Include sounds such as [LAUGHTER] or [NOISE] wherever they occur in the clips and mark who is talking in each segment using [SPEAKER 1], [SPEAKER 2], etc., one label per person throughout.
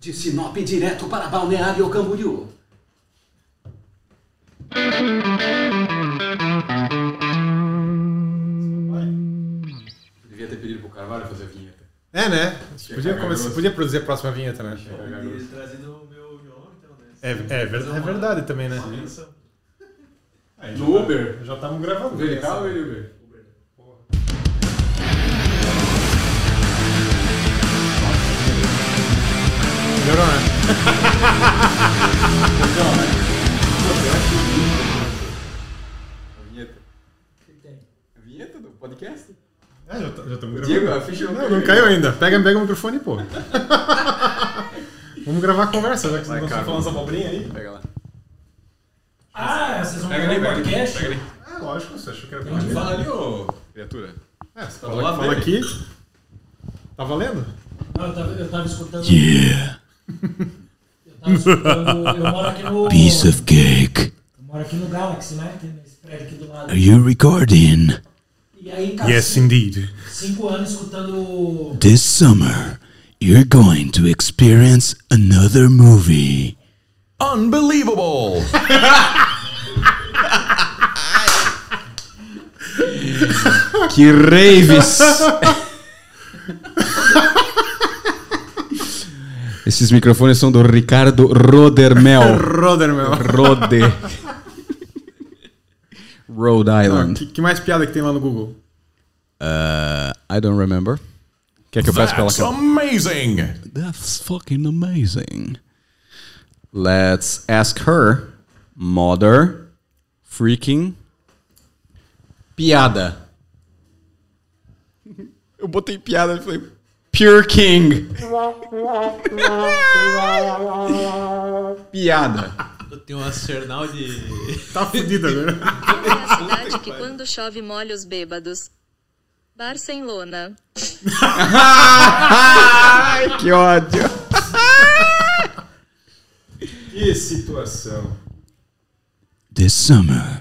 [SPEAKER 1] De Sinop direto para Balneário Camboriú.
[SPEAKER 2] Devia ter pedido pro Carvalho fazer a vinheta.
[SPEAKER 3] É, né? Você
[SPEAKER 2] Chega
[SPEAKER 3] podia, começar-
[SPEAKER 2] garoto.
[SPEAKER 3] podia produzir a próxima vinheta, né?
[SPEAKER 4] É,
[SPEAKER 2] Chega, garoto.
[SPEAKER 4] E trazendo o meu violão, então, né?
[SPEAKER 3] É, é, ver- é verdade também, né?
[SPEAKER 4] Benção.
[SPEAKER 3] Aí,
[SPEAKER 2] No
[SPEAKER 3] já-
[SPEAKER 2] Uber?
[SPEAKER 3] Já estamos gravando.
[SPEAKER 2] Verical ou
[SPEAKER 3] Essa-
[SPEAKER 2] ele tá Uber?
[SPEAKER 3] Melhorou, né?
[SPEAKER 2] A vinheta. A vinheta do podcast?
[SPEAKER 3] É, já estamos gravando.
[SPEAKER 2] Diego, é a ficha
[SPEAKER 3] Não, não caiu ainda. Pega, pega o microfone e pô. Vamos gravar a conversa, já que
[SPEAKER 2] Vai,
[SPEAKER 3] vocês estão
[SPEAKER 2] cara.
[SPEAKER 3] falando essa abobrinha aí.
[SPEAKER 2] Pega lá.
[SPEAKER 5] Ah, vocês vão
[SPEAKER 2] Pega ali,
[SPEAKER 5] pegar o
[SPEAKER 2] pega ali.
[SPEAKER 5] podcast?
[SPEAKER 2] Pega ali.
[SPEAKER 3] É, lógico, você achou que era
[SPEAKER 5] pra gente
[SPEAKER 2] Fala ali, ô criatura.
[SPEAKER 3] É, você
[SPEAKER 2] do
[SPEAKER 3] fala,
[SPEAKER 2] lado
[SPEAKER 3] fala
[SPEAKER 2] dele.
[SPEAKER 3] aqui. Tá valendo?
[SPEAKER 5] Não, eu tava, eu tava escutando. Eu tava escutando. Eu moro
[SPEAKER 3] [LAUGHS]
[SPEAKER 5] aqui no.
[SPEAKER 6] piece of cake.
[SPEAKER 5] Eu moro aqui no Galaxy, né? Aqui nesse prédio aqui do lado.
[SPEAKER 6] Are you recording?
[SPEAKER 5] E aí, cara,
[SPEAKER 3] É. indeed.
[SPEAKER 5] cinco anos escutando.
[SPEAKER 6] This summer, you're going to experience another movie. [LAUGHS]
[SPEAKER 7] Unbelievable!
[SPEAKER 6] Que raves!
[SPEAKER 7] Esses microfones são do Ricardo [LAUGHS] Rodermel.
[SPEAKER 3] Roder, meu.
[SPEAKER 7] Rode. Rhode
[SPEAKER 3] Ah,
[SPEAKER 7] Island.
[SPEAKER 3] que, que mais piada que tem lá no Google?
[SPEAKER 7] I don't remember. Quer que eu faça pela câmera?
[SPEAKER 8] amazing.
[SPEAKER 6] That's fucking amazing.
[SPEAKER 7] Let's ask her. Mother. Freaking. [LAUGHS] Piada. Eu botei piada e falei. Pure King. [LAUGHS] piada.
[SPEAKER 4] Tem um arsenal de.
[SPEAKER 3] Tá fudido agora.
[SPEAKER 9] É a cidade que quando chove molha os bêbados. Barcelona.
[SPEAKER 7] Ai, que ódio.
[SPEAKER 3] Que situação.
[SPEAKER 6] This summer,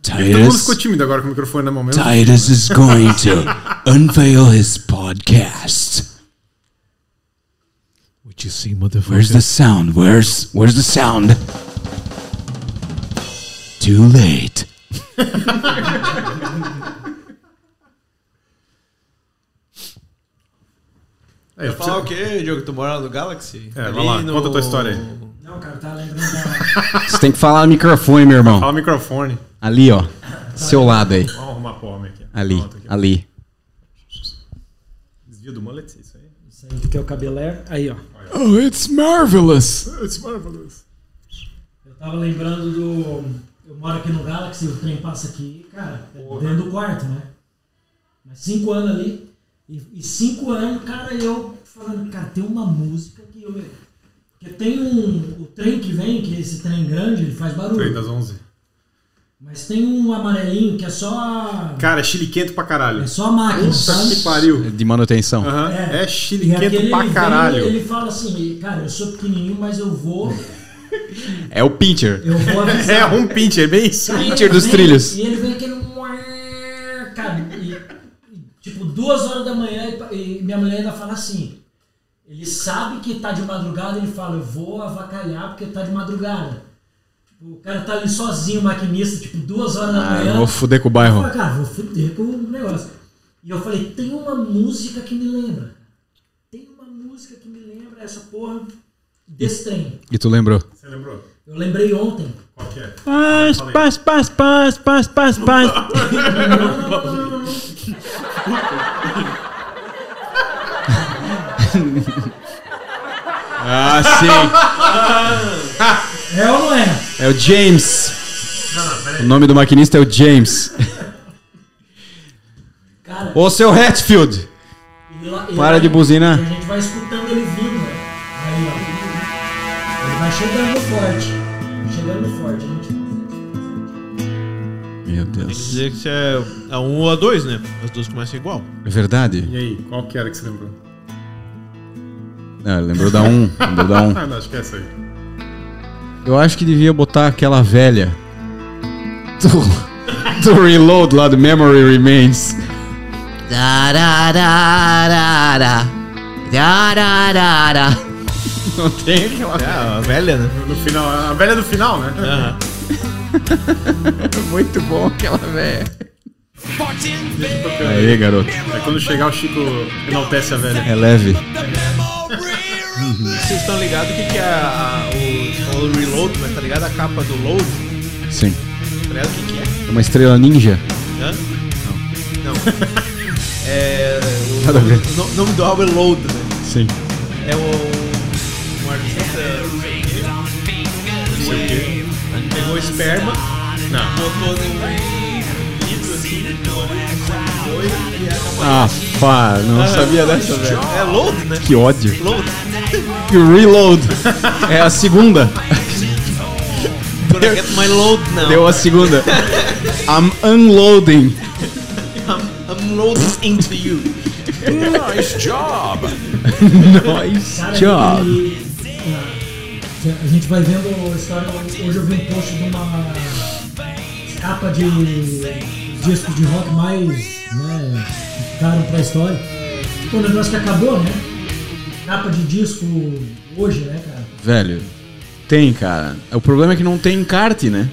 [SPEAKER 3] Todo mundo ficou
[SPEAKER 6] Titus,
[SPEAKER 3] tímido agora com o microfone na mão
[SPEAKER 7] Tá.
[SPEAKER 3] mesmo.
[SPEAKER 6] Titus is going to unveil his podcast.
[SPEAKER 4] What you see, motherfucker?
[SPEAKER 6] Where's the sound? Where's where's the sound? Too late.
[SPEAKER 3] Aí, eu
[SPEAKER 4] Falar o
[SPEAKER 3] preciso-
[SPEAKER 4] quê, Diogo? Tu mora lá no Galaxy?
[SPEAKER 2] Tá
[SPEAKER 3] É, vai lá, conta a tua história aí.
[SPEAKER 5] Não, cara, eu tava lembrando da.
[SPEAKER 7] Você tem que falar no microfone, meu irmão.
[SPEAKER 3] Fala o microfone.
[SPEAKER 7] Ali, ó. Seu lado aí.
[SPEAKER 3] Vamos arrumar a palma aqui.
[SPEAKER 7] Ali,
[SPEAKER 3] Pronto, aqui.
[SPEAKER 7] ali.
[SPEAKER 3] Desvio do mullet, isso aí.
[SPEAKER 5] Saindo que é o cabeler. Aí, ó.
[SPEAKER 6] Oh, it's marvelous.
[SPEAKER 3] It's marvelous.
[SPEAKER 5] Eu tava lembrando do. Eu moro aqui no Galaxy, o trem passa aqui, cara, é dentro do quarto, né? Mas cinco anos ali. E, e cinco anos, cara, eu falando, cara, tem uma música que eu. Porque tem um. O trem que vem, que é esse trem grande, ele faz
[SPEAKER 3] Trem
[SPEAKER 5] barulho.
[SPEAKER 3] das 11.
[SPEAKER 5] Mas tem um amarelinho que é só. a-
[SPEAKER 3] Cara, é chile quento pra caralho.
[SPEAKER 5] É só a máquina,
[SPEAKER 3] Puta que
[SPEAKER 5] sabe?
[SPEAKER 3] pariu.
[SPEAKER 7] De manutenção.
[SPEAKER 3] Aham,
[SPEAKER 5] É.
[SPEAKER 3] É
[SPEAKER 5] E
[SPEAKER 3] chile
[SPEAKER 5] aquele
[SPEAKER 3] quento
[SPEAKER 5] ele,
[SPEAKER 3] pra
[SPEAKER 5] vem,
[SPEAKER 3] caralho.
[SPEAKER 5] ele fala assim, cara, eu sou pequenininho, mas eu vou,
[SPEAKER 7] É o pincher.
[SPEAKER 3] [LAUGHS]
[SPEAKER 5] eu vou avisar.
[SPEAKER 3] É um pinch, é bem isso.
[SPEAKER 5] Cara,
[SPEAKER 7] Pinter
[SPEAKER 5] ele
[SPEAKER 7] dos
[SPEAKER 5] vem-
[SPEAKER 7] trilhos.
[SPEAKER 5] E ele vem aquele. muar, Cara, e, e, tipo, duas horas da manhã e pa- e, minha mulher ainda fala assim. Ele sabe que tá de madrugada, ele fala, eu vou avacalhar porque tá de madrugada. Tipo, o cara tá ali sozinho, maquinista, tipo, duas horas da
[SPEAKER 7] Ah,
[SPEAKER 5] manhã.
[SPEAKER 7] eu vou fuder com o
[SPEAKER 5] Eu
[SPEAKER 7] bairro.
[SPEAKER 5] falei, cara, vou fuder com o negócio. E eu falei, tem uma música que me lembra. Tem uma música que me lembra essa porra desse trem.
[SPEAKER 7] E tu lembrou?
[SPEAKER 3] Você lembrou?
[SPEAKER 5] Eu lembrei ontem.
[SPEAKER 3] Qual que é?
[SPEAKER 5] Paz, paz, paz, paz, paz, paz, paz. não, não, não, não, não, não.
[SPEAKER 7] Ah, sim.
[SPEAKER 5] É ou não é?
[SPEAKER 7] É o James. O nome do maquinista é o James.
[SPEAKER 5] Cara,
[SPEAKER 7] Ô, seu Hatfield.
[SPEAKER 5] e lá- e
[SPEAKER 7] Para
[SPEAKER 5] lá-
[SPEAKER 7] de buzinar.
[SPEAKER 5] E a gente vai escutando ele vindo, né? Aí, ó. Ele vai chegando forte. Chegando forte, gente.
[SPEAKER 7] Meu
[SPEAKER 4] Tem que
[SPEAKER 7] Deus.
[SPEAKER 4] dizer que isso é a 1 ou a 2, né? As duas começam igual.
[SPEAKER 7] É verdade?
[SPEAKER 3] E aí, qual que era que você lembrou?
[SPEAKER 7] Não, ele lembrou da 1. Lembrou da 1.
[SPEAKER 3] Ah, não, acho que é essa aí.
[SPEAKER 7] Eu acho que devia botar aquela velha. Do, do Reload lá do Memory Remains. Da, da, da, da, da. Dararara. Não tem aquela.
[SPEAKER 4] É, a velha, né?
[SPEAKER 3] No final, a velha do final, né?
[SPEAKER 4] Aham.
[SPEAKER 7] Muito bom aquela véia. Aí, garoto.
[SPEAKER 3] Aí é? quando chegar o Chico enaltece a velha.
[SPEAKER 7] É leve.
[SPEAKER 4] Vocês estão ligados o que, que é a, a- o, o reload, mas tá ligado a capa do load?
[SPEAKER 7] Sim.
[SPEAKER 4] Tá ligado o que, que é?
[SPEAKER 7] É Uma estrela ninja.
[SPEAKER 4] Hã? Não. é. O,
[SPEAKER 7] Nada a ver.
[SPEAKER 4] o no- nome do álbum é Load, né?
[SPEAKER 7] Sim.
[SPEAKER 4] É o. Um artista. Ele pegou esperma, botou no litro assim, botou e acabou.
[SPEAKER 7] Ah, pá, não sabia dessa, velho.
[SPEAKER 4] É Load, né?
[SPEAKER 7] Que ódio.
[SPEAKER 4] Load.
[SPEAKER 7] E o Reload. É a segunda.
[SPEAKER 4] Gonna get my load now.
[SPEAKER 7] Deu a segunda. I'm unloading.
[SPEAKER 4] I'm, I'm loading into you.
[SPEAKER 7] Nice
[SPEAKER 5] Cara,
[SPEAKER 7] job.
[SPEAKER 5] e- ah, a gente vai vendo a história. Hoje eu vi um post de uma capa de discos de rock mais né, que ficaram pra história. Pô, o negócio que acabou, né? Capa de disco hoje, né, cara?
[SPEAKER 7] Velho, tem, cara. O problema é que não tem encarte, né?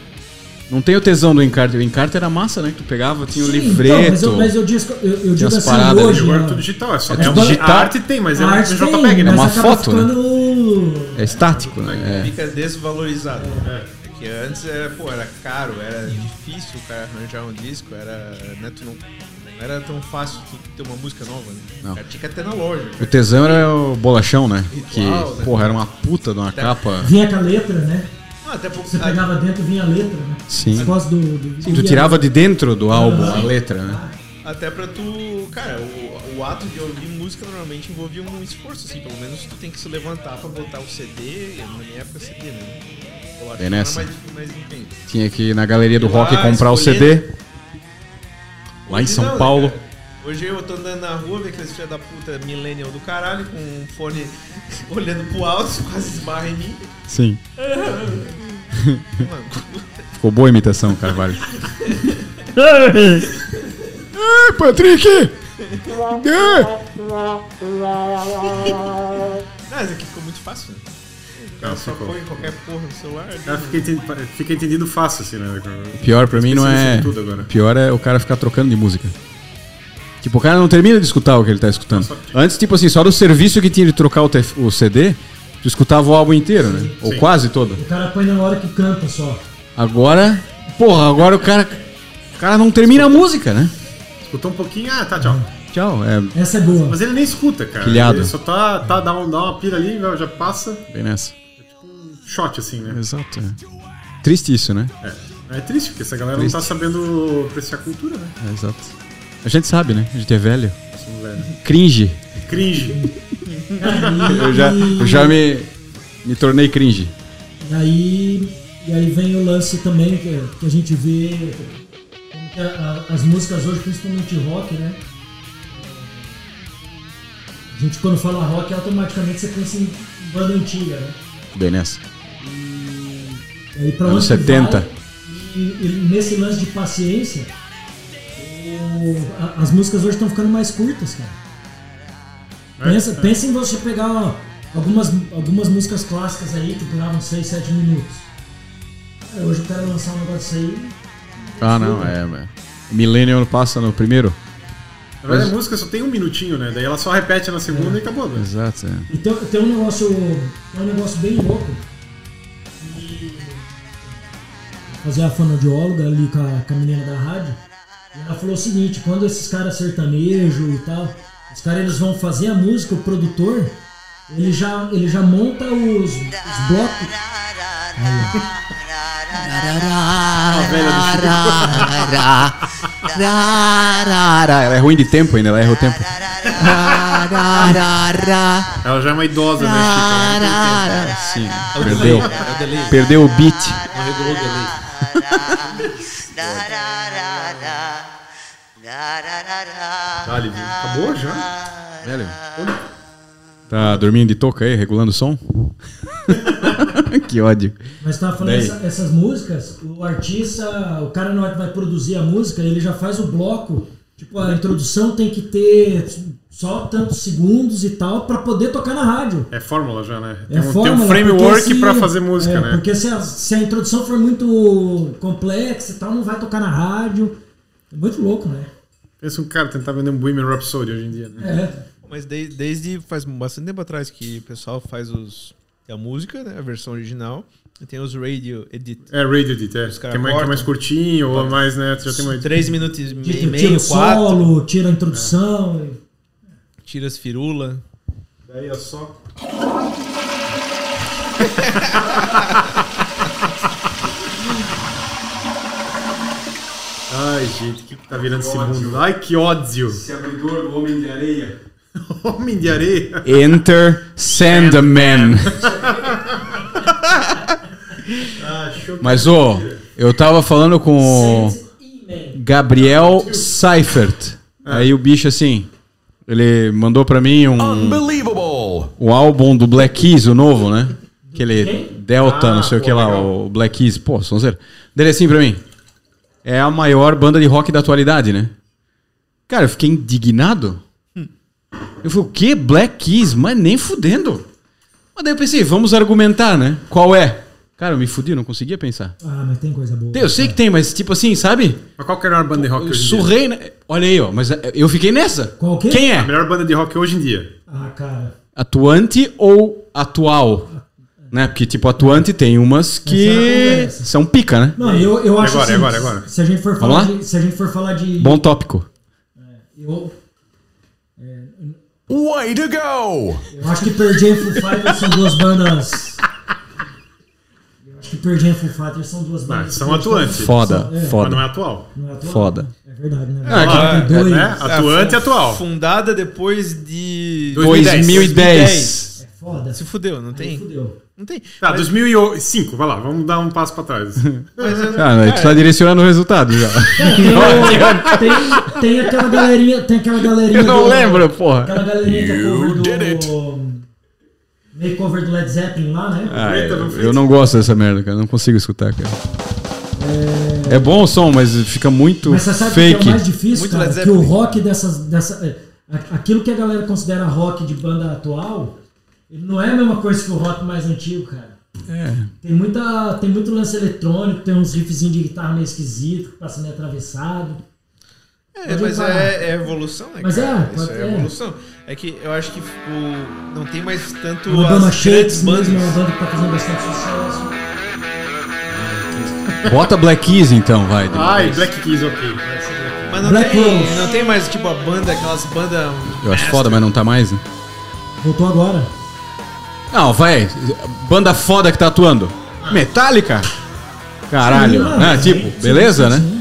[SPEAKER 7] Não tem o tesão do encarte. O encarte era massa, né? Que tu pegava, tinha o
[SPEAKER 5] Sim,
[SPEAKER 7] livreto.
[SPEAKER 5] então, mas eu, mas eu, disco, eu, eu digo
[SPEAKER 7] as
[SPEAKER 5] assim,
[SPEAKER 7] paradas ali.
[SPEAKER 5] hoje.
[SPEAKER 3] Agora é
[SPEAKER 5] né?
[SPEAKER 3] tudo digital, é só
[SPEAKER 7] tudo
[SPEAKER 3] uma-
[SPEAKER 7] digital.
[SPEAKER 3] A arte tem, mas é
[SPEAKER 5] A
[SPEAKER 3] um
[SPEAKER 5] arte
[SPEAKER 3] JPEG,
[SPEAKER 5] tem,
[SPEAKER 3] né?
[SPEAKER 5] mas
[SPEAKER 7] uma
[SPEAKER 5] acaba
[SPEAKER 7] foto, né?
[SPEAKER 5] ficando-
[SPEAKER 7] É estático, né?
[SPEAKER 4] Fica desvalorizado. É. Que antes era, pô, era caro, era difícil o cara arranjar um disco, era. Né, tu não, não era tão fácil tu ter uma música nova, né?
[SPEAKER 7] Não.
[SPEAKER 4] O cara tinha que ir até na loja.
[SPEAKER 7] É. O tesão era o bolachão, né?
[SPEAKER 4] Ritual,
[SPEAKER 7] que,
[SPEAKER 4] né?
[SPEAKER 7] porra, era uma puta de uma capa.
[SPEAKER 5] Vinha com a letra, né?
[SPEAKER 4] Ah, até pouco.
[SPEAKER 5] Você pegava dentro, vinha a letra, né?
[SPEAKER 7] Sim.
[SPEAKER 5] As vozes do, do,
[SPEAKER 7] Tu tirava de dentro do álbum a letra, né?
[SPEAKER 4] Até pra tu. Cara, o, o ato de ouvir música normalmente envolvia um esforço, assim. Pelo menos tu tem que se levantar pra botar o CD. Na minha época, CD, né? Eu acho
[SPEAKER 7] Bem
[SPEAKER 4] que
[SPEAKER 7] nessa.
[SPEAKER 4] era mais, mais intenso.
[SPEAKER 7] Tinha que ir na galeria do
[SPEAKER 4] Lá,
[SPEAKER 7] rock comprar o
[SPEAKER 4] escolher.
[SPEAKER 7] CD. Lá em
[SPEAKER 4] Hoje
[SPEAKER 7] São
[SPEAKER 4] não, né,
[SPEAKER 7] Paulo.
[SPEAKER 4] cara? Hoje eu tô andando na rua, vendo aqueles filhos da puta é millennial do caralho, com um fone [LAUGHS] olhando pro alto, [LAUGHS] quase esbarra em mim.
[SPEAKER 7] Sim.
[SPEAKER 4] Mano,
[SPEAKER 7] Ficou boa a imitação, Carvalho. Ei, Patrick! Ei!
[SPEAKER 4] não, isso aqui ficou muito fácil, né?
[SPEAKER 3] Não,
[SPEAKER 4] Só
[SPEAKER 3] ficou.
[SPEAKER 4] põe qualquer porra no celular. né?
[SPEAKER 3] Ah, fica, enten- fica entendido fácil, assim, né?
[SPEAKER 7] Pior pra mim não
[SPEAKER 3] Esqueci
[SPEAKER 7] é.
[SPEAKER 3] de tudo agora.
[SPEAKER 7] Pior é o cara ficar trocando de música. Tipo, o cara não termina de escutar o que ele tá escutando. Antes, tipo assim, só do serviço que tinha de trocar o, tef- o CD, tu escutava o álbum inteiro, né? Ou
[SPEAKER 3] Sim.
[SPEAKER 7] quase todo.
[SPEAKER 5] O cara põe na hora que canta só.
[SPEAKER 7] Agora. Porra, agora o cara. O cara não termina a música, né?
[SPEAKER 3] Escutou um pouquinho, ah, tá, tchau.
[SPEAKER 7] Tchau. É
[SPEAKER 5] Essa é boa.
[SPEAKER 3] Mas ele nem escuta, cara.
[SPEAKER 7] Pilhado.
[SPEAKER 3] Ele só tá, tá dá, um, dá uma pira ali, já passa,
[SPEAKER 7] bem nessa.
[SPEAKER 3] shot, assim, né?
[SPEAKER 7] Exato. Triste isso, né?
[SPEAKER 3] É, é triste, porque essa galera
[SPEAKER 7] Triste.
[SPEAKER 3] não tá sabendo apreciar a cultura, né?
[SPEAKER 7] É, exato. A gente sabe, né? A gente é velho.
[SPEAKER 3] Assim, velho.
[SPEAKER 7] Cringe.
[SPEAKER 3] Cringe.
[SPEAKER 7] Eu já, eu já me, me tornei cringe.
[SPEAKER 5] E aí, e aí vem o lance também que, que a gente vê como que a- a- as músicas hoje, principalmente rock, né? A gente quando fala rock, automaticamente você pensa em banda antiga, né?
[SPEAKER 7] Bem nessa.
[SPEAKER 5] E aí pra
[SPEAKER 7] Anos
[SPEAKER 5] onde que
[SPEAKER 7] 70.
[SPEAKER 5] vai, e, e nesse lance de paciência, o- a- as músicas hoje estão ficando mais curtas, cara. Pensa, pensa em você pegar ó, algumas, algumas músicas clássicas aí que duravam 6, 7 minutos. Cara, hoje eu quero lançar um negócio aí.
[SPEAKER 7] Ah, não, é. é. Millennium passa no primeiro?
[SPEAKER 3] Na verdade, a música só tem um minutinho, né? Daí ela só repete na segunda e acabou, né?
[SPEAKER 7] Exato. é.
[SPEAKER 5] E tem, tem um negócio. Tem um negócio bem louco. E Fazer a fonoaudióloga ali com a, com a menina da rádio. E ela falou o seguinte, quando esses caras sertanejo e tal, os caras eles vão fazer a música, o produtor, ele já, ele já monta os, os blocos.
[SPEAKER 7] A velha do Ela é ruim de tempo ainda, ela erra o tempo.
[SPEAKER 3] Ela já é uma idosa, né, Chica?
[SPEAKER 7] Sim, perdeu. Perdeu o beat.
[SPEAKER 3] Tá, Livinho. Acabou já?
[SPEAKER 7] Velho. Tá dormindo de toca aí, regulando o som? [LAUGHS] que ódio.
[SPEAKER 5] Mas tava falando
[SPEAKER 7] Daí?
[SPEAKER 5] essa- essas músicas, o artista, o cara na hora que vai produzir a música, ele já faz o bloco Tipo, a introdução tem que ter só tantos segundos e tal pra poder tocar na rádio.
[SPEAKER 3] É fórmula já, né?
[SPEAKER 5] É
[SPEAKER 3] Tem, um, tem
[SPEAKER 5] fórmula,
[SPEAKER 3] um
[SPEAKER 5] porque
[SPEAKER 3] framework
[SPEAKER 5] se-
[SPEAKER 3] pra fazer música,
[SPEAKER 5] é,
[SPEAKER 3] né?
[SPEAKER 5] Porque se a, se a introdução for muito complexa e tal, não vai tocar na rádio. É muito louco, né?
[SPEAKER 3] Pensa um cara tentar vender um Bohemian Rhapsody hoje em dia, né?
[SPEAKER 5] É.
[SPEAKER 4] Mas de- desde faz bastante tempo atrás que o pessoal faz os a música, né, a versão original, e tem os radio edit.
[SPEAKER 3] É, Radio Edit, é.
[SPEAKER 4] Os
[SPEAKER 3] Que
[SPEAKER 4] caras
[SPEAKER 3] é mais, que é mais
[SPEAKER 4] cortam.
[SPEAKER 3] curtinho ou mais, né? Tu já tem uma...
[SPEAKER 4] Três minutos e
[SPEAKER 5] Tipo,
[SPEAKER 4] meio,
[SPEAKER 5] tira o
[SPEAKER 4] meio quatro,
[SPEAKER 5] solo, tira a introdução.
[SPEAKER 4] tira as firula.
[SPEAKER 3] Daí é
[SPEAKER 2] [LAUGHS]
[SPEAKER 3] só... Ai, gente, o que que tá virando esse
[SPEAKER 2] Ódio.
[SPEAKER 3] mundo? Ai, que ódio!
[SPEAKER 2] Esse abridor do Homem de Areia.
[SPEAKER 3] [LAUGHS] Homem de areia!
[SPEAKER 7] Enter Sandman. Mas, ô, eu tava falando com o Gabriel Seifert. Aí o bicho, assim, ele mandou pra mim um,
[SPEAKER 8] Unbelievable!
[SPEAKER 7] um álbum do Black Keys, o novo, né?
[SPEAKER 5] Quem?
[SPEAKER 7] Aquele Delta,
[SPEAKER 3] Ah,
[SPEAKER 7] não sei o que
[SPEAKER 3] pô,
[SPEAKER 7] lá,
[SPEAKER 3] legal.
[SPEAKER 7] o Black Keys. Pô, sonzeiro. Dele assim pra mim. É a maior banda de rock da atualidade, né? Cara, eu fiquei indignado. Eu falei, o quê? Black Keys? Mas nem fudendo. Mas daí eu pensei, vamos argumentar, né? Qual é? Cara, eu me fudi, eu não conseguia pensar.
[SPEAKER 5] Ah, mas tem coisa boa.
[SPEAKER 7] Tem, Eu sei que tem, mas tipo assim, sabe?
[SPEAKER 3] Mas qual que é a melhor banda de rock
[SPEAKER 7] Eu
[SPEAKER 3] hoje em dia?
[SPEAKER 7] surrei, né? Olha aí, ó. Mas eu fiquei nessa.
[SPEAKER 5] Qual que é?
[SPEAKER 7] Quem
[SPEAKER 3] A
[SPEAKER 7] é?
[SPEAKER 3] melhor banda de rock hoje em dia.
[SPEAKER 5] Ah, cara.
[SPEAKER 7] Atuante ou atual? Né? Porque, tipo, atuante tem umas que
[SPEAKER 5] conversa.
[SPEAKER 7] são pica, né?
[SPEAKER 5] Não, eu, eu acho
[SPEAKER 3] Agora,
[SPEAKER 5] assim,
[SPEAKER 3] agora, agora.
[SPEAKER 5] Se a gente for
[SPEAKER 7] Vamos
[SPEAKER 5] falar
[SPEAKER 7] lá?
[SPEAKER 5] de, se a gente for falar de
[SPEAKER 7] Bom tópico.
[SPEAKER 5] eu,
[SPEAKER 8] Way
[SPEAKER 5] é
[SPEAKER 8] to go!
[SPEAKER 5] eu acho que Perdi e Foo Fighters são duas bandas. Eu acho que Perdi e Foo Fighters são duas bandas.
[SPEAKER 3] são atuantes.
[SPEAKER 7] Foda,
[SPEAKER 5] É.
[SPEAKER 3] Mas não é
[SPEAKER 7] foda.
[SPEAKER 3] atual.
[SPEAKER 5] Não é atual?
[SPEAKER 7] Foda.
[SPEAKER 5] É verdade, né?
[SPEAKER 3] É,
[SPEAKER 5] Tem
[SPEAKER 3] que-
[SPEAKER 5] dois.
[SPEAKER 3] né? Atuante e atual.
[SPEAKER 4] Fundada depois de
[SPEAKER 7] 2010.
[SPEAKER 4] 2010.
[SPEAKER 5] É foda.
[SPEAKER 4] Se fudeu, não tem?
[SPEAKER 5] Aí Fudeu.
[SPEAKER 4] Não tem.
[SPEAKER 3] Tá, 2005, vai lá, vamos dar um passo pra trás. [LAUGHS]
[SPEAKER 7] Ah, mas
[SPEAKER 5] É.
[SPEAKER 7] tu tá direcionando o resultado já.
[SPEAKER 5] Tem, tem aquela galerinha. Tem aquela galerinha.
[SPEAKER 7] Eu não
[SPEAKER 5] do-
[SPEAKER 7] lembro, porra.
[SPEAKER 5] Aquela galerinha que é
[SPEAKER 8] You did
[SPEAKER 5] cover
[SPEAKER 8] it.
[SPEAKER 5] do. Meio cover do Led Zeppelin lá, né?
[SPEAKER 7] Ah, eu, eu não gosto dessa merda, cara. Não consigo escutar, cara. É bom o som, mas fica muito
[SPEAKER 5] Mas você sabe o
[SPEAKER 7] fake.
[SPEAKER 5] que é o mais difícil,
[SPEAKER 4] Muito
[SPEAKER 5] cara?
[SPEAKER 4] Led
[SPEAKER 5] Que o
[SPEAKER 4] Zeppelin.
[SPEAKER 5] rock dessas. Dessa, é, a- aquilo que a galera considera rock de banda atual, ele não é a mesma coisa que o rock mais antigo, cara.
[SPEAKER 7] É.
[SPEAKER 5] Tem, muita, tem muito lance eletrônico, tem uns riffzinhos de guitarra meio esquisito, que passa meio atravessado.
[SPEAKER 4] É,
[SPEAKER 5] Pode
[SPEAKER 4] mas
[SPEAKER 5] parar.
[SPEAKER 4] é, é evolução, né?
[SPEAKER 5] Mas
[SPEAKER 4] cara?
[SPEAKER 5] é,
[SPEAKER 4] Isso
[SPEAKER 5] pode-
[SPEAKER 4] é
[SPEAKER 5] é.
[SPEAKER 4] evolução. É que eu acho que o, não tem mais tanto
[SPEAKER 5] O Madonna
[SPEAKER 4] as grandes
[SPEAKER 5] Shakes
[SPEAKER 4] bandas.
[SPEAKER 5] mesmo é uma banda que tá fazendo bastante sucesso.
[SPEAKER 7] Bota Black Keys então, vai.
[SPEAKER 3] Ai, Black Keys, ok.
[SPEAKER 4] Mas não
[SPEAKER 5] Black
[SPEAKER 4] tem,
[SPEAKER 5] Rose.
[SPEAKER 4] não tem mais tipo a banda, aquelas bandas.
[SPEAKER 7] Eu acho foda, mas não tá mais, né?
[SPEAKER 5] Voltou agora.
[SPEAKER 7] Não, vai. Banda foda que tá atuando. Metallica? Caralho.
[SPEAKER 5] Sim,
[SPEAKER 7] né?
[SPEAKER 5] sim,
[SPEAKER 7] tipo,
[SPEAKER 5] sim,
[SPEAKER 7] beleza,
[SPEAKER 5] sim,
[SPEAKER 7] né?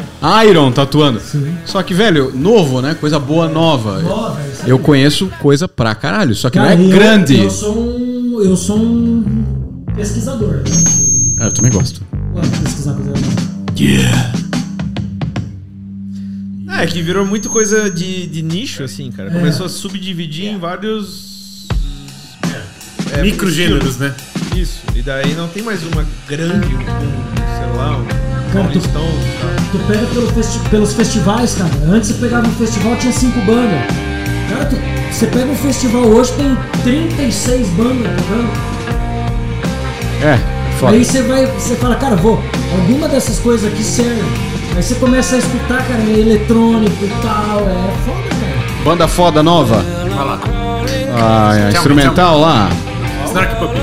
[SPEAKER 7] Iron tá atuando.
[SPEAKER 5] Sim.
[SPEAKER 7] Só que, velho, novo, né? Coisa boa, nova.
[SPEAKER 5] Ó, velho, sabe?
[SPEAKER 7] Eu conheço coisa pra caralho, só que
[SPEAKER 5] Cara,
[SPEAKER 7] não é
[SPEAKER 5] eu-
[SPEAKER 7] grande.
[SPEAKER 5] Eu, sou um. Eu sou um pesquisador.
[SPEAKER 7] Ah, eu também gosto.
[SPEAKER 5] Eu gosto de pesquisar coisa nova.
[SPEAKER 4] Ah, é que virou muito coisa de, de nicho, assim,
[SPEAKER 5] É.
[SPEAKER 4] cara. Começou a subdividir em vários. É,
[SPEAKER 3] Microgêneros, né?
[SPEAKER 4] Isso. E daí não tem mais uma grande, um, sei lá, um
[SPEAKER 5] Cara, tu-
[SPEAKER 4] Paulistão. tá?
[SPEAKER 5] Tu pega pelo festi- pelos festivais, cara. Antes você pegava um festival, tinha cinco bandas. Cara, tu, você pega um festival hoje, tem 36 bandas tocando.
[SPEAKER 7] É, foda.
[SPEAKER 5] Aí você vai, você fala, cara, vou, alguma dessas coisas aqui serve. Aí você começa a escutar, cara, é eletrônico e tal, é foda, cara.
[SPEAKER 7] Banda foda nova.
[SPEAKER 3] Vai lá.
[SPEAKER 7] Ah, é,
[SPEAKER 3] Tchau,
[SPEAKER 7] instrumental lá.
[SPEAKER 3] Snark Puppy.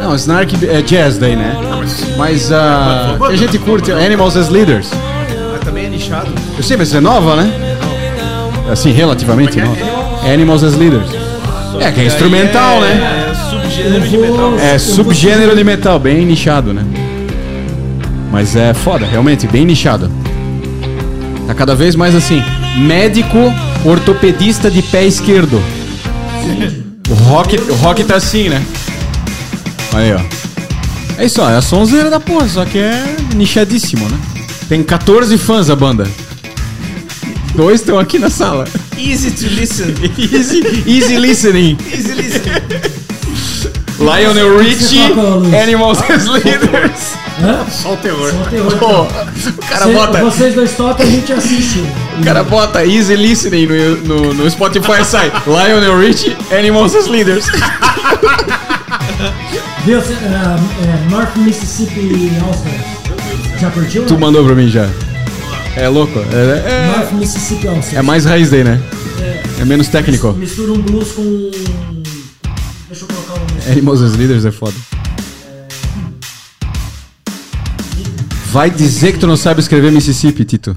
[SPEAKER 7] Não, Snark é jazz daí, né? Mas ah,
[SPEAKER 3] banda,
[SPEAKER 7] que a gente
[SPEAKER 3] né?
[SPEAKER 7] curte Animals as Leaders.
[SPEAKER 4] Mas também é nichado.
[SPEAKER 7] Eu sei, mas é nova, né?
[SPEAKER 3] É
[SPEAKER 7] Assim, relativamente nova. Animals as Leaders.
[SPEAKER 3] Ah,
[SPEAKER 7] É, que é instrumental,
[SPEAKER 4] É,
[SPEAKER 7] né?
[SPEAKER 4] É subgênero de metal.
[SPEAKER 7] É
[SPEAKER 5] Eu
[SPEAKER 7] subgênero de metal, bem nichado, né? Mas é foda, realmente, bem nichado. Tá cada vez mais assim. Médico ortopedista de pé esquerdo. O rock, o rock tá assim, né? Aí, ó. É isso, ó, é a sonzeira da porra, só que é nichadíssimo, né? Tem 14 fãs a banda. Dois estão aqui na sala.
[SPEAKER 4] Easy to listen.
[SPEAKER 7] Easy, easy listening.
[SPEAKER 4] Easy listen.
[SPEAKER 7] Lionel
[SPEAKER 5] Richie,
[SPEAKER 7] Richie, Animals as [LAUGHS]
[SPEAKER 5] Animals
[SPEAKER 7] Leaders.
[SPEAKER 5] Hã?
[SPEAKER 3] Só o terror.
[SPEAKER 5] Só o terror.
[SPEAKER 7] Pô,
[SPEAKER 5] cara.
[SPEAKER 7] o cara
[SPEAKER 5] Cê-
[SPEAKER 7] bota.
[SPEAKER 5] Vocês dois tocam, a gente assiste.
[SPEAKER 7] O cara bota Easy Listening no, no, no Spotify [LAUGHS] sai Lionel Rich, Animals as Leaders.
[SPEAKER 5] Viu? cê- ah, é, North Mississippi All-Stars. Já curtiu?
[SPEAKER 7] Tu mandou pra mim já. É louco. É,
[SPEAKER 5] North Mississippi All-Stars.
[SPEAKER 7] é- é mais raiz daí, né? É menos técnico.
[SPEAKER 5] Mistura um blues com. Deixa eu colocar um.
[SPEAKER 7] Animals as Leaders é foda. Vai dizer que tu não sabe escrever Mississippi, Tito.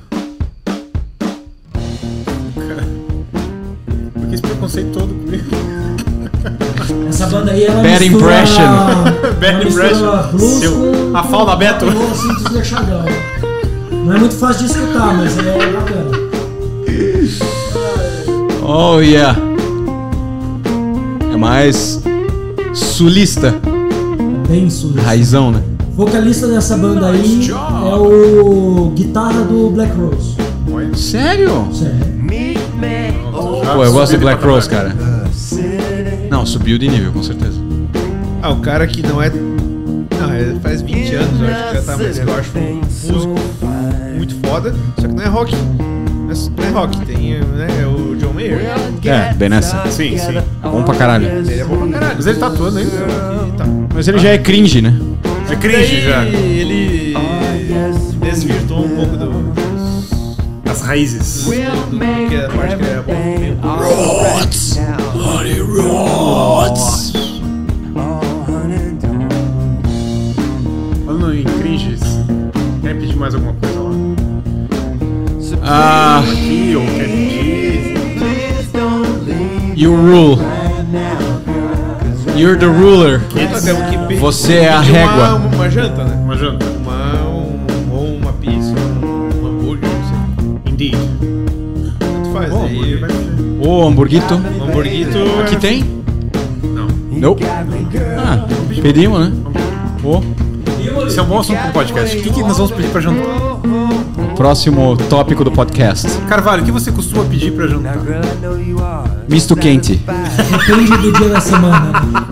[SPEAKER 3] Por que esse preconceito todo comigo?
[SPEAKER 5] Essa banda aí ela
[SPEAKER 7] Bad
[SPEAKER 5] mistura...
[SPEAKER 7] Impression.
[SPEAKER 3] [LAUGHS] Bad
[SPEAKER 5] ela mistura
[SPEAKER 3] Impression.
[SPEAKER 5] Blues
[SPEAKER 3] Seu-
[SPEAKER 5] com...
[SPEAKER 3] a Fauna Beto.
[SPEAKER 5] com Assim, desleixadão. Não é muito fácil de escutar, mas é bacana.
[SPEAKER 7] Oh yeah. É mais sulista,
[SPEAKER 5] Bem sujo.
[SPEAKER 7] raizão, né?
[SPEAKER 5] Vocalista dessa banda aí é o guitarra do Black Rose.
[SPEAKER 7] Sério?
[SPEAKER 5] Sério.
[SPEAKER 7] Pô, eu gosto do Black Rose, cara. Não, subiu de nível, com certeza.
[SPEAKER 4] Ah, o cara que não é. Não, ele faz 20 anos, eu acho que já tá mais que eu acho um músico muito foda, só que não é rock. Não é- Não é rock, tem. Né, é o John Mayer.
[SPEAKER 7] É, bem nessa.
[SPEAKER 3] Sim, sim.
[SPEAKER 7] Tá bom pra caralho.
[SPEAKER 4] Ele é bom pra caralho.
[SPEAKER 3] Mas ele tá atuando ainda.
[SPEAKER 4] E tá.
[SPEAKER 7] Mas ele já é cringe, né?
[SPEAKER 3] É cringe já.
[SPEAKER 4] Ele desvirtuou um pouco do,
[SPEAKER 3] As raízes.
[SPEAKER 4] do que a parte que ele era bom.
[SPEAKER 3] Falando em cringes, quer pedir mais alguma coisa lá?
[SPEAKER 7] Ah,
[SPEAKER 3] Aqui, ou quer pedir?
[SPEAKER 7] you rule. You're the ruler.
[SPEAKER 4] Nós temos um que pe-
[SPEAKER 7] Você é a
[SPEAKER 4] pedir
[SPEAKER 7] régua.
[SPEAKER 4] Uma, uma janta, né?
[SPEAKER 3] Uma janta.
[SPEAKER 4] Uma, um, ou uma pizza, um hambúrguer, não sei.
[SPEAKER 3] Indeed.
[SPEAKER 4] Tanto faz. né?
[SPEAKER 3] Bom,
[SPEAKER 4] aí,
[SPEAKER 3] hambúrguer vai pedir.
[SPEAKER 7] Ô, hamburguito.
[SPEAKER 4] um hamburguito.
[SPEAKER 7] Aqui tem?
[SPEAKER 3] Não.
[SPEAKER 7] Não. Ah, pedimos, né? Ô,
[SPEAKER 3] Esse é um bom assunto pro podcast. O que, que nós vamos pedir pra jantar?
[SPEAKER 7] próximo tópico do podcast.
[SPEAKER 3] Carvalho, o que você costuma pedir pra jantar?
[SPEAKER 7] Misto quente.
[SPEAKER 5] Depende do dia da semana. né?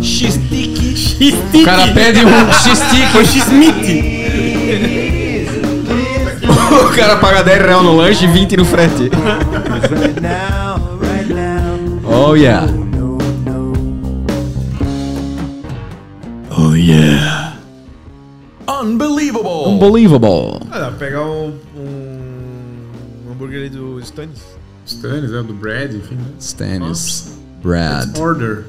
[SPEAKER 7] O cara pede um X-Stick. [LAUGHS] O cara paga 10 real no lanche e 20 no frete. Oh yeah.
[SPEAKER 6] Oh yeah.
[SPEAKER 8] Unbelievable.
[SPEAKER 7] Unbelievable.
[SPEAKER 4] Ah, dá pra pegar um, um hambúrguer ali do Stannis.
[SPEAKER 3] Stannis, é do Brad, enfim. né?
[SPEAKER 7] Stannis.
[SPEAKER 3] Ah,
[SPEAKER 7] Brad.
[SPEAKER 3] Order.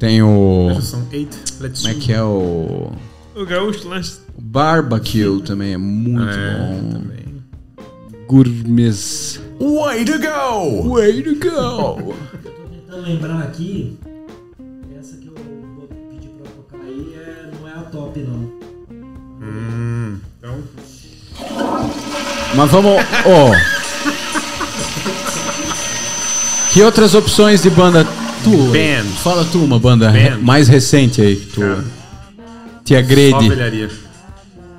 [SPEAKER 7] Tem o.
[SPEAKER 3] Já são 8. Let's
[SPEAKER 7] Como é que é o.
[SPEAKER 4] O gaúcho lanche.
[SPEAKER 7] o Barbecue também é muito
[SPEAKER 3] É,
[SPEAKER 7] bom. Gourmets.
[SPEAKER 8] Way to go.
[SPEAKER 7] Way to go.
[SPEAKER 5] Tô tentando lembrar aqui. Essa que eu vou pedir pra tocar aí é- não é a top, não.
[SPEAKER 3] Então,
[SPEAKER 7] Mas vamos. oh. Ó. Que outras opções de banda tu?
[SPEAKER 3] Band.
[SPEAKER 7] Fala tu uma banda
[SPEAKER 3] Band.
[SPEAKER 7] re- mais recente aí que tu te
[SPEAKER 3] só
[SPEAKER 7] agrede.
[SPEAKER 3] velharia.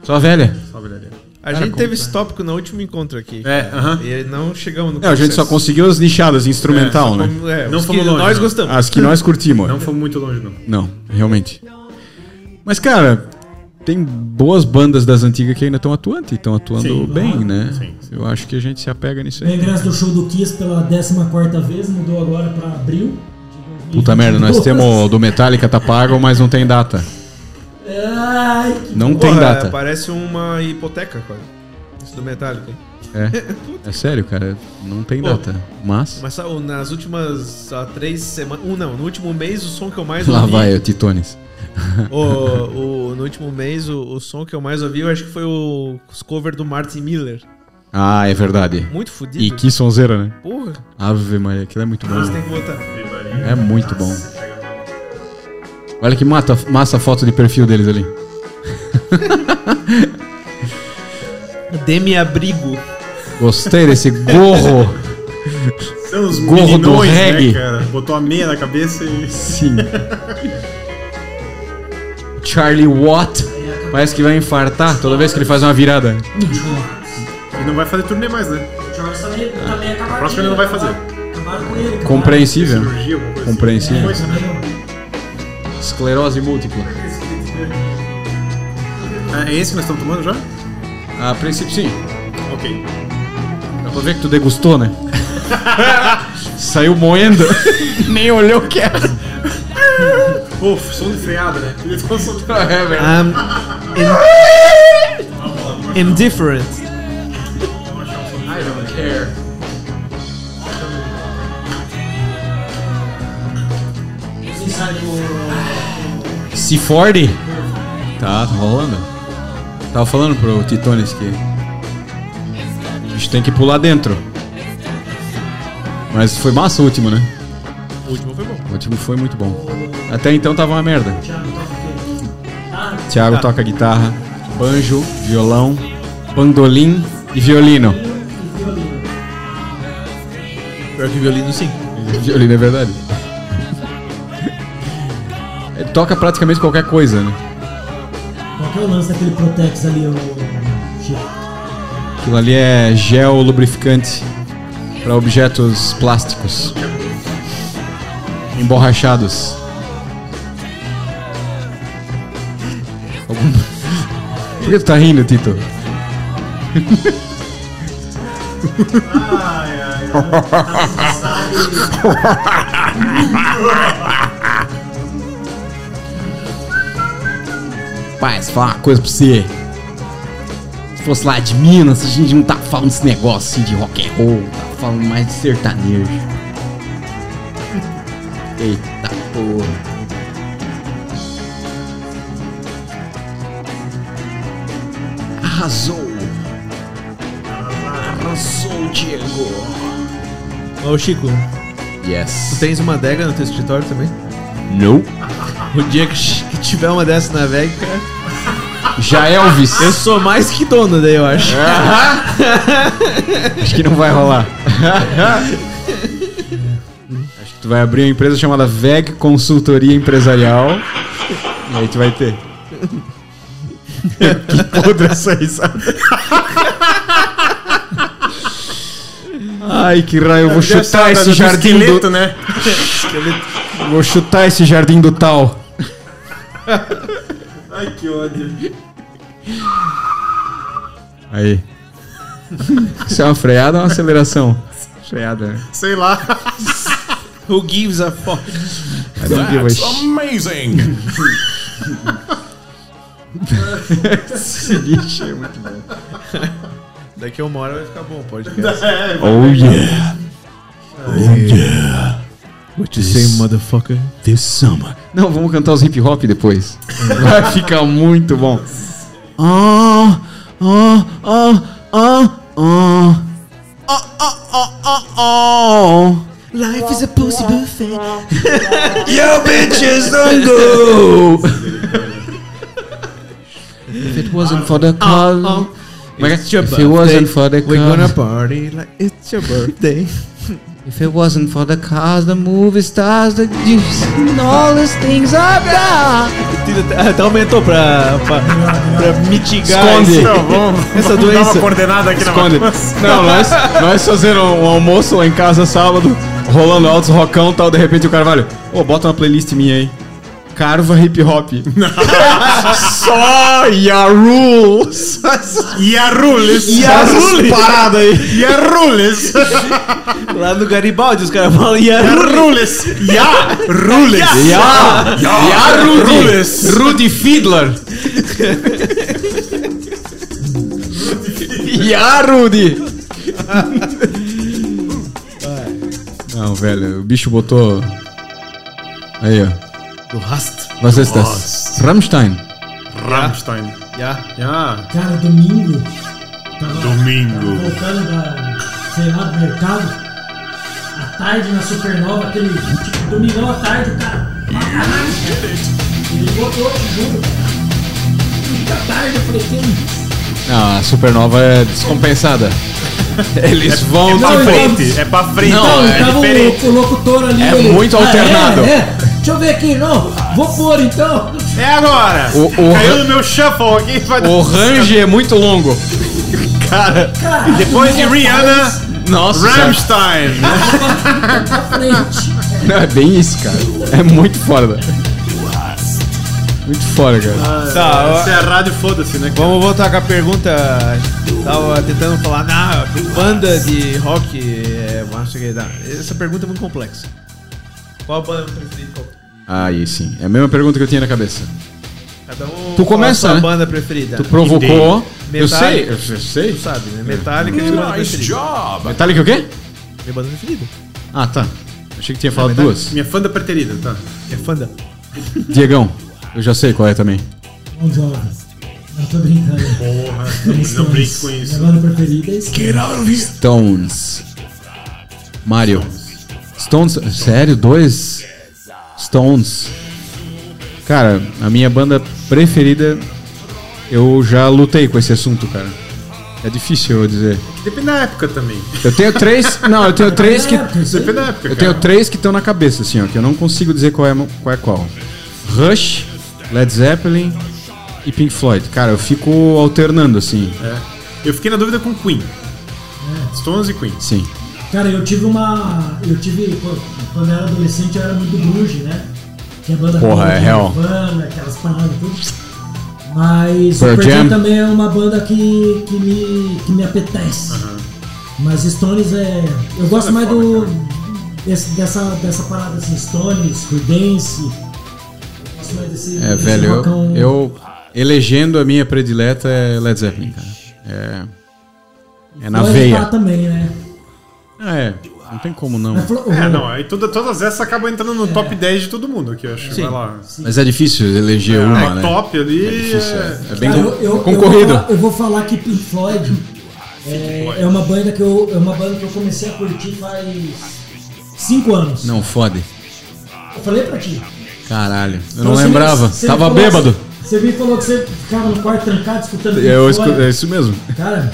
[SPEAKER 7] Só velha?
[SPEAKER 3] Só velharia.
[SPEAKER 4] A gente teve esse tópico no último encontro aqui.
[SPEAKER 3] É, aham.
[SPEAKER 4] E não chegamos no
[SPEAKER 7] Não, É, a gente só
[SPEAKER 4] consenso.
[SPEAKER 7] conseguiu as nichadas instrumental, né?
[SPEAKER 4] É,
[SPEAKER 3] Não
[SPEAKER 4] os que
[SPEAKER 3] fomos longe,
[SPEAKER 4] Nós
[SPEAKER 3] não.
[SPEAKER 4] gostamos.
[SPEAKER 7] As que nós curtimos.
[SPEAKER 3] Não fomos muito longe, não.
[SPEAKER 7] Não, realmente. Mas, cara, tem boas bandas das antigas que ainda estão atuando e estão atuando
[SPEAKER 3] Sim.
[SPEAKER 7] bem, né?
[SPEAKER 3] Sim, sim.
[SPEAKER 7] Eu acho que a gente se apega nisso
[SPEAKER 5] O
[SPEAKER 7] aí.
[SPEAKER 5] ingresso do show do Kiss pela 14 vez mudou agora pra abril. de
[SPEAKER 7] Puta merda, nós
[SPEAKER 5] 2022.
[SPEAKER 7] temos o do Metallica tá pago, mas não tem data.
[SPEAKER 5] Ai, que
[SPEAKER 7] Não tem
[SPEAKER 3] é,
[SPEAKER 4] Porra,
[SPEAKER 7] data.
[SPEAKER 4] Parece uma hipoteca, quase. Isso do Metallica.
[SPEAKER 7] É. É sério, cara. Não tem
[SPEAKER 4] Pô.
[SPEAKER 7] data. Mas.
[SPEAKER 4] Mas sabe, nas últimas ah, três semanas. Um não, no último mês o som que eu mais
[SPEAKER 7] [LAUGHS] Lá
[SPEAKER 4] ouvi.
[SPEAKER 7] vai, o Titones.
[SPEAKER 4] O, o- no último mês o, o som que eu mais ouvi, eu acho que foi o os cover do Martin Miller.
[SPEAKER 7] Ah, é verdade.
[SPEAKER 4] Muito fodido.
[SPEAKER 7] E que sonzeira, né?
[SPEAKER 4] Porra,
[SPEAKER 7] Ave Maria, aquilo é muito bom.
[SPEAKER 4] você tem que voltar.
[SPEAKER 7] É muito bom. Olha que mata, massa a foto de perfil deles ali.
[SPEAKER 4] Demi Abrigo.
[SPEAKER 7] Gostei desse gorro.
[SPEAKER 3] São os
[SPEAKER 7] Gorro do
[SPEAKER 3] meninões,
[SPEAKER 7] reggae.
[SPEAKER 3] Né, cara? Botou a meia na cabeça e.
[SPEAKER 7] Sim. Charlie Watt. Parece que vai infartar toda vez que ele faz uma virada.
[SPEAKER 3] E não vai fazer turnê mais, né?
[SPEAKER 5] O Charles também, também acabaram.
[SPEAKER 3] Próximo ele não vai fazer.
[SPEAKER 5] Acabaram com ele.
[SPEAKER 7] Compreensível.
[SPEAKER 3] Cirurgia, alguma coisa
[SPEAKER 7] Compreensível.
[SPEAKER 3] Assim. Foi isso, né?
[SPEAKER 5] acabaram com ele.
[SPEAKER 7] Esclerose múltipla.
[SPEAKER 3] É é esse que nós estamos tomando já?
[SPEAKER 7] Ah, A princípio, sim.
[SPEAKER 3] Ok.
[SPEAKER 7] Dá pra ver que tu degustou, né? Saiu moendo. Nem olhou o que era.
[SPEAKER 3] Pô, som de freada, né? Ele tomou som de freada.
[SPEAKER 7] É, velho.
[SPEAKER 4] I'm, in- indifferent.
[SPEAKER 5] Vocês sabem o.
[SPEAKER 7] Se Ford? Tá, tá rolando. Tava falando pro Titones que. A gente tem que pular dentro. Mas foi massa o último, né?
[SPEAKER 4] O último foi bom.
[SPEAKER 7] O último foi muito bom. Até então tava uma merda.
[SPEAKER 5] Thiago toca o quê? Ah,
[SPEAKER 7] Thiago toca guitarra, banjo, violão, pandolim e violino.
[SPEAKER 5] e violino.
[SPEAKER 4] Pior que violino, sim.
[SPEAKER 7] Violino é verdade. Ele toca praticamente qualquer coisa, né?
[SPEAKER 5] Qual que é o lance daquele Protex ali, o. Chico?
[SPEAKER 7] Aquilo ali é gel lubrificante para objetos plásticos emborrachados. Algum- [LAUGHS] Por que tu tá rindo, Tito? [LAUGHS] Paz, fala uma coisa pra você. Se fosse lá de Minas, a gente não tá falando desse negócio assim de rock and roll, tá falando mais de sertanejo. Eita porra. Arrasou! Arrasou, Diego!
[SPEAKER 4] Ô, Chico, tu
[SPEAKER 7] Yes.
[SPEAKER 4] tens uma adega no teu escritório também?
[SPEAKER 7] No.
[SPEAKER 4] O dia que, que tiver uma dessa na adega, cara,
[SPEAKER 7] Já é Elvis.
[SPEAKER 4] eu sou mais que dono daí,
[SPEAKER 3] [LAUGHS]
[SPEAKER 4] eu acho.
[SPEAKER 3] É,
[SPEAKER 7] Acho que não vai rolar. [LAUGHS] Acho que tu vai abrir uma empresa chamada VEG Consultoria Empresarial. E aí tu vai ter. que podre essa risada. Ai, que raio, eu vou
[SPEAKER 3] Deve ser
[SPEAKER 7] chutar
[SPEAKER 3] da-
[SPEAKER 7] esse
[SPEAKER 3] do
[SPEAKER 7] jardim
[SPEAKER 3] esqueleto,
[SPEAKER 7] do...
[SPEAKER 3] né?
[SPEAKER 7] Vou chutar esse jardim do tal.
[SPEAKER 3] Ai, que ódio.
[SPEAKER 7] Aí. Isso é uma freada ou uma aceleração? Freada, né?
[SPEAKER 3] Sei lá.
[SPEAKER 4] Who gives a fuck?
[SPEAKER 7] I don't give a
[SPEAKER 8] That's
[SPEAKER 7] shit.
[SPEAKER 8] amazing.
[SPEAKER 3] [LAUGHS]
[SPEAKER 7] Esse lixo é muito bom.
[SPEAKER 4] Daqui a uma hora vai ficar bom o podcast.
[SPEAKER 6] Oh yeah.
[SPEAKER 4] What you say, motherfucker?
[SPEAKER 6] This summer.
[SPEAKER 7] Não, vamos cantar os hip hop depois. Vai ficar muito bom.
[SPEAKER 6] Oh, oh, oh, oh, oh.
[SPEAKER 4] Life is a pussy buffet.
[SPEAKER 6] Yo, bitches, don't go!
[SPEAKER 7] If it wasn't for the call. Como é
[SPEAKER 4] It's
[SPEAKER 7] que é?
[SPEAKER 4] your
[SPEAKER 7] If it wasn't
[SPEAKER 4] birthday,
[SPEAKER 7] for the
[SPEAKER 4] We're gonna
[SPEAKER 7] call.
[SPEAKER 4] party like it's your birthday.
[SPEAKER 7] [LAUGHS] If it wasn't for the cars, the movie stars, the juice, and all these things I've done.
[SPEAKER 4] Até aumentou pra, pra, pra mitigar
[SPEAKER 7] Esconde.
[SPEAKER 4] esse-
[SPEAKER 3] Não,
[SPEAKER 7] [LAUGHS]
[SPEAKER 3] vamos,
[SPEAKER 4] essa
[SPEAKER 3] vamos dar
[SPEAKER 4] doença.
[SPEAKER 3] uma coordenada aqui
[SPEAKER 7] Esconde.
[SPEAKER 3] na matança.
[SPEAKER 7] Não, nós, nós fazendo um almoço lá em casa sábado, rolando altos rocão e tal, de repente o Carvalho, ô, bota uma playlist minha aí. Carva hip hop. Só Yarules.
[SPEAKER 3] Iarules!
[SPEAKER 7] Parada aí.
[SPEAKER 3] Iarules!
[SPEAKER 4] Lá no Garibaldi os caras falam Yaru.
[SPEAKER 3] Iarules! Iarules!
[SPEAKER 7] Ja! Ja, Rudy!
[SPEAKER 3] Rules.
[SPEAKER 7] Rudy Fiedler! Ja, Rudy! Não, velho, o bicho botou. Aí, ó.
[SPEAKER 3] Du hast
[SPEAKER 7] Was ist das? Rammstein.
[SPEAKER 3] Rammstein.
[SPEAKER 4] Ya.
[SPEAKER 3] Ah,
[SPEAKER 5] Cara, domingo. Tava
[SPEAKER 3] domingo.
[SPEAKER 5] voltando da. sei lá, do mercado. À tarde na Supernova, aquele. Tipo, domingão à tarde, o cara. pra caralho. Ele botou, te juro. Fica tarde, eu falei, tem. um-"
[SPEAKER 7] Ah, a Supernova é descompensada. Eles vão.
[SPEAKER 3] Pra
[SPEAKER 5] Não,
[SPEAKER 7] tipo,
[SPEAKER 3] frente, é pra frente.
[SPEAKER 7] Não,
[SPEAKER 5] Não,
[SPEAKER 7] é
[SPEAKER 5] tava
[SPEAKER 3] diferente.
[SPEAKER 5] o, o locutor ali.
[SPEAKER 7] É
[SPEAKER 5] ele,
[SPEAKER 7] muito alternado.
[SPEAKER 5] É, é. Deixa eu ver aqui, não. Vou pôr então.
[SPEAKER 3] É agora!
[SPEAKER 7] O- o-
[SPEAKER 3] Caiu no meu shuffle aqui. Vai
[SPEAKER 7] o range é muito longo.
[SPEAKER 3] Cara,
[SPEAKER 5] Caralho,
[SPEAKER 3] depois de
[SPEAKER 5] já tá
[SPEAKER 3] Rihanna,
[SPEAKER 7] Nossa,
[SPEAKER 3] Rammstein.
[SPEAKER 5] na frente.
[SPEAKER 7] Não, é bem isso, cara. É muito foda. Muito foda, cara.
[SPEAKER 4] Tá, ó.
[SPEAKER 3] Isso é rádio, foda-se, né? cara?
[SPEAKER 4] Vamos voltar com a pergunta. Tava tentando falar, na banda de rock é não sei o que, não. Essa pergunta é muito complexa. Qual a banda é preferida? Qual-
[SPEAKER 7] Aí sim. É a mesma pergunta que eu tinha na cabeça.
[SPEAKER 4] Cada um.
[SPEAKER 7] Tu
[SPEAKER 4] qual
[SPEAKER 7] começa,
[SPEAKER 4] a sua
[SPEAKER 7] né?
[SPEAKER 4] banda preferida.
[SPEAKER 7] Tu provocou. Eu
[SPEAKER 4] Metallica.
[SPEAKER 7] sei, eu eu sei.
[SPEAKER 4] Tu sabe, né? Metallica é minha banda
[SPEAKER 8] Nice
[SPEAKER 4] preferida.
[SPEAKER 8] job!
[SPEAKER 7] Metallica o quê?
[SPEAKER 4] Minha banda preferida.
[SPEAKER 7] Ah, tá. Achei que tinha falado duas.
[SPEAKER 3] Minha fanda preterida, tá?
[SPEAKER 4] É fanda.
[SPEAKER 7] Diegão, eu já sei qual é também.
[SPEAKER 5] Bom jovem. Não tô brincando.
[SPEAKER 3] Porra,
[SPEAKER 5] Stones.
[SPEAKER 3] não brinque com isso.
[SPEAKER 5] Minha banda preferida é Stones.
[SPEAKER 7] Stones. Mario. Stones. Sério? Dois? Stones. Cara, a minha banda preferida. Eu já lutei com esse assunto, cara. É difícil eu dizer.
[SPEAKER 3] Depende da época também.
[SPEAKER 7] Eu tenho três. não, eu tenho três que.
[SPEAKER 5] É, isso aí.
[SPEAKER 3] Depende da época.
[SPEAKER 7] Eu
[SPEAKER 3] cara.
[SPEAKER 7] tenho três que estão na cabeça, assim, ó, que eu não consigo dizer qual é mo- qual. É qual. Rush, Led Zeppelin e Pink Floyd. Cara, eu fico alternando, assim.
[SPEAKER 3] É. Eu fiquei na dúvida com Queen. Stones e Queen.
[SPEAKER 7] Sim.
[SPEAKER 5] Cara, eu tive uma. Eu tive. pô, Quando eu era adolescente, eu era muito grunge, né? Tinha banda
[SPEAKER 7] Porra,
[SPEAKER 5] rock,
[SPEAKER 7] é real.
[SPEAKER 5] Nirvana, aquelas paradas e tudo. Mas
[SPEAKER 7] Pearl
[SPEAKER 5] o Pearl Jam
[SPEAKER 7] Jam.
[SPEAKER 5] também é uma banda que, que, me, que me apetece. Mas Stones é. Eu gosto mais do. desse- dessa, dessa parada assim, Stones, Creedence. Eu gosto mais desse.
[SPEAKER 7] É,
[SPEAKER 5] desse
[SPEAKER 7] velho,
[SPEAKER 5] rockão-
[SPEAKER 7] eu, eu elegendo a minha predileta é Led Zeppelin, cara. É, é na
[SPEAKER 5] Pode
[SPEAKER 7] veia.
[SPEAKER 5] falar também, né?
[SPEAKER 7] Ah, é. Não tem como não.
[SPEAKER 5] Mas falou-
[SPEAKER 3] É, não, aí toda- todas essas acabam entrando no top 10 de todo mundo aqui, eu acho.
[SPEAKER 7] Sim.
[SPEAKER 3] Vai lá.
[SPEAKER 7] Mas é difícil eleger uma,
[SPEAKER 3] é
[SPEAKER 7] né?
[SPEAKER 3] top ali.
[SPEAKER 7] É difícil,
[SPEAKER 3] é-
[SPEAKER 7] é, é bem
[SPEAKER 5] Cara,
[SPEAKER 7] con-
[SPEAKER 5] eu- eu-
[SPEAKER 7] concorrido.
[SPEAKER 5] Eu vou, falar- eu vou falar que Pink Floyd é, é uma banda que eu é uma banda que eu comecei a curtir faz cinco anos.
[SPEAKER 7] Não, fode.
[SPEAKER 5] Eu falei pra ti.
[SPEAKER 7] Caralho. Eu
[SPEAKER 5] Então,
[SPEAKER 7] não
[SPEAKER 5] você me-
[SPEAKER 7] lembrava.
[SPEAKER 5] você me
[SPEAKER 7] Tava
[SPEAKER 5] falou que-
[SPEAKER 7] bêbado.
[SPEAKER 5] Você me falou que você ficava no quarto trancado escutando Pink
[SPEAKER 7] Eu escu-
[SPEAKER 5] Floyd.
[SPEAKER 7] É isso mesmo.
[SPEAKER 5] Cara,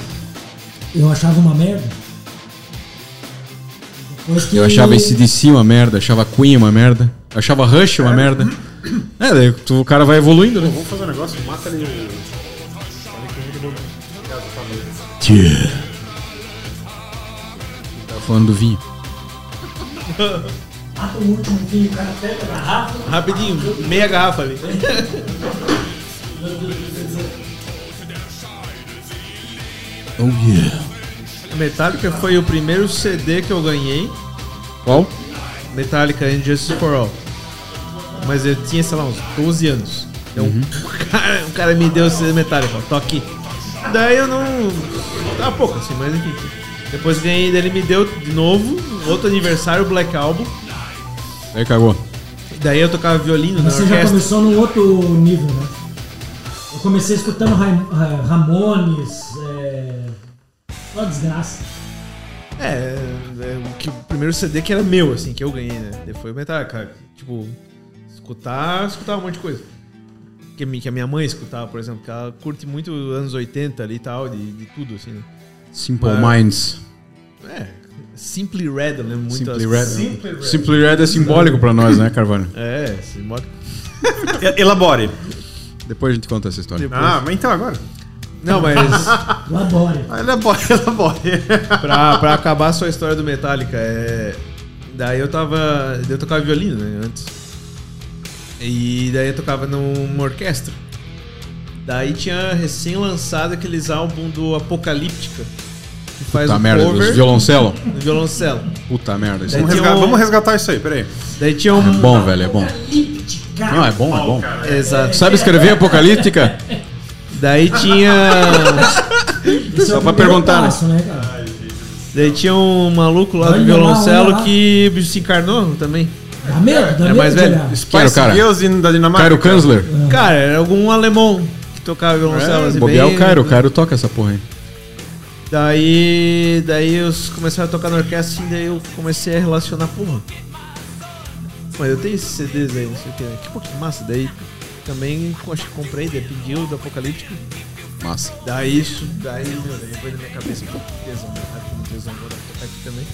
[SPEAKER 5] eu achava uma merda. Depois que
[SPEAKER 7] Eu achava ACDC uma merda, achava Queen uma merda, achava Rush uma merda. É, daí tu- o cara vai evoluindo, né?
[SPEAKER 3] Vamos fazer um negócio, mata ali.
[SPEAKER 7] Tava Tá falando do vinho.
[SPEAKER 5] Ah, o último que o cara pega a garrafa.
[SPEAKER 4] Rapidinho, meia garrafa ali.
[SPEAKER 6] Oh yeah.
[SPEAKER 4] Metallica foi o primeiro CD que eu ganhei.
[SPEAKER 7] Qual?
[SPEAKER 4] Metallica and Justice for All. Mas eu tinha, sei lá, uns 12 anos. Então,
[SPEAKER 5] Uhum.
[SPEAKER 4] o, [LAUGHS] cara, o cara me deu esse Metallica, ó, tô aqui. Daí eu não. Tá pouco assim, mas enfim. Depois ganhei, daí ele me deu de novo, um outro aniversário, Black Album.
[SPEAKER 7] Aí cagou.
[SPEAKER 4] Daí eu tocava violino na
[SPEAKER 5] Mas você já
[SPEAKER 4] orquestra.
[SPEAKER 5] começou num outro nível, né? Eu comecei escutando Raim- Ra- Ramones, é... só desgraça.
[SPEAKER 4] É, é, o, que, o primeiro CD que era meu, assim, que eu ganhei, né? Daí Foi o Metallica. Tipo, escutar, escutar um monte de coisa. Que, mi- que a minha mãe escutava, por exemplo, que ela curte muito anos 80 ali e tal, de, de tudo, assim, né?
[SPEAKER 7] Simple
[SPEAKER 4] Mas-
[SPEAKER 7] Minds.
[SPEAKER 4] É, Simply Red, eu lembro muito.
[SPEAKER 7] Simply
[SPEAKER 4] das-
[SPEAKER 7] Red.
[SPEAKER 4] Simply Red.
[SPEAKER 7] Simply Red é simbólico pra nós, né, Carvalho?
[SPEAKER 4] É, simbólico.
[SPEAKER 3] Elabore.
[SPEAKER 7] Depois a gente conta essa história.
[SPEAKER 3] Ah, mas então agora.
[SPEAKER 4] [LAUGHS] Não, mas
[SPEAKER 5] Labore.
[SPEAKER 3] Elabore, elabore.
[SPEAKER 4] pra, pra acabar só a história do Metallica, é. Daí eu tava. Eu tocava violino, né? Antes. E daí eu tocava numa orquestra. Daí tinha recém lançado aqueles álbuns do Apocalíptica. Que faz
[SPEAKER 7] Puta
[SPEAKER 4] um
[SPEAKER 7] merda,
[SPEAKER 4] cover
[SPEAKER 7] os violoncelo. É tipo
[SPEAKER 4] no violoncelo.
[SPEAKER 7] Puta merda. Isso
[SPEAKER 4] Daí
[SPEAKER 3] Vamos
[SPEAKER 4] tinha
[SPEAKER 3] resgatar,
[SPEAKER 4] um-
[SPEAKER 3] vamos resgatar isso aí, peraí.
[SPEAKER 4] Daí tinha um. [LAUGHS]
[SPEAKER 7] é bom, velho, é bom.
[SPEAKER 5] Apocalíptica.
[SPEAKER 7] Não, é bom, é bom.
[SPEAKER 4] Exato.
[SPEAKER 7] Sabe escrever apocalíptica?
[SPEAKER 4] Daí tinha.
[SPEAKER 5] Esse é
[SPEAKER 7] Só
[SPEAKER 5] o
[SPEAKER 7] pra
[SPEAKER 5] primeiro
[SPEAKER 7] perguntar, né?
[SPEAKER 5] passo, né? cara?
[SPEAKER 4] Daí tinha um maluco lá do
[SPEAKER 5] Olha lá, olha
[SPEAKER 4] violoncelo
[SPEAKER 5] lá.
[SPEAKER 4] que bicho, se encarnou também.
[SPEAKER 5] Dá medo, dá
[SPEAKER 4] É
[SPEAKER 5] medo
[SPEAKER 4] mais
[SPEAKER 5] de
[SPEAKER 4] velho.
[SPEAKER 5] olhar.
[SPEAKER 7] Quero,
[SPEAKER 3] Spice
[SPEAKER 7] cara.
[SPEAKER 3] Girls in- da Dinamarca.
[SPEAKER 7] Cairo Kanzler.
[SPEAKER 4] Cara, era algum alemão que tocava violoncelo. assim,
[SPEAKER 7] É, Bobear
[SPEAKER 4] bem-
[SPEAKER 7] o Cairo, o Cairo toca essa porra aí.
[SPEAKER 4] Daí, daí eu comecei a tocar na orquestra e daí eu comecei a relacionar, porra. Mas eu tenho esses CDs aí, não sei o que. Que pouco massa. Daí também acho que comprei, daí pediu do Apocalíptico.
[SPEAKER 7] Massa.
[SPEAKER 4] Daí isso, daí, meu, daí foi na minha cabeça, pô, que tesão, né? Cara, que tesão, vou tocar aqui também.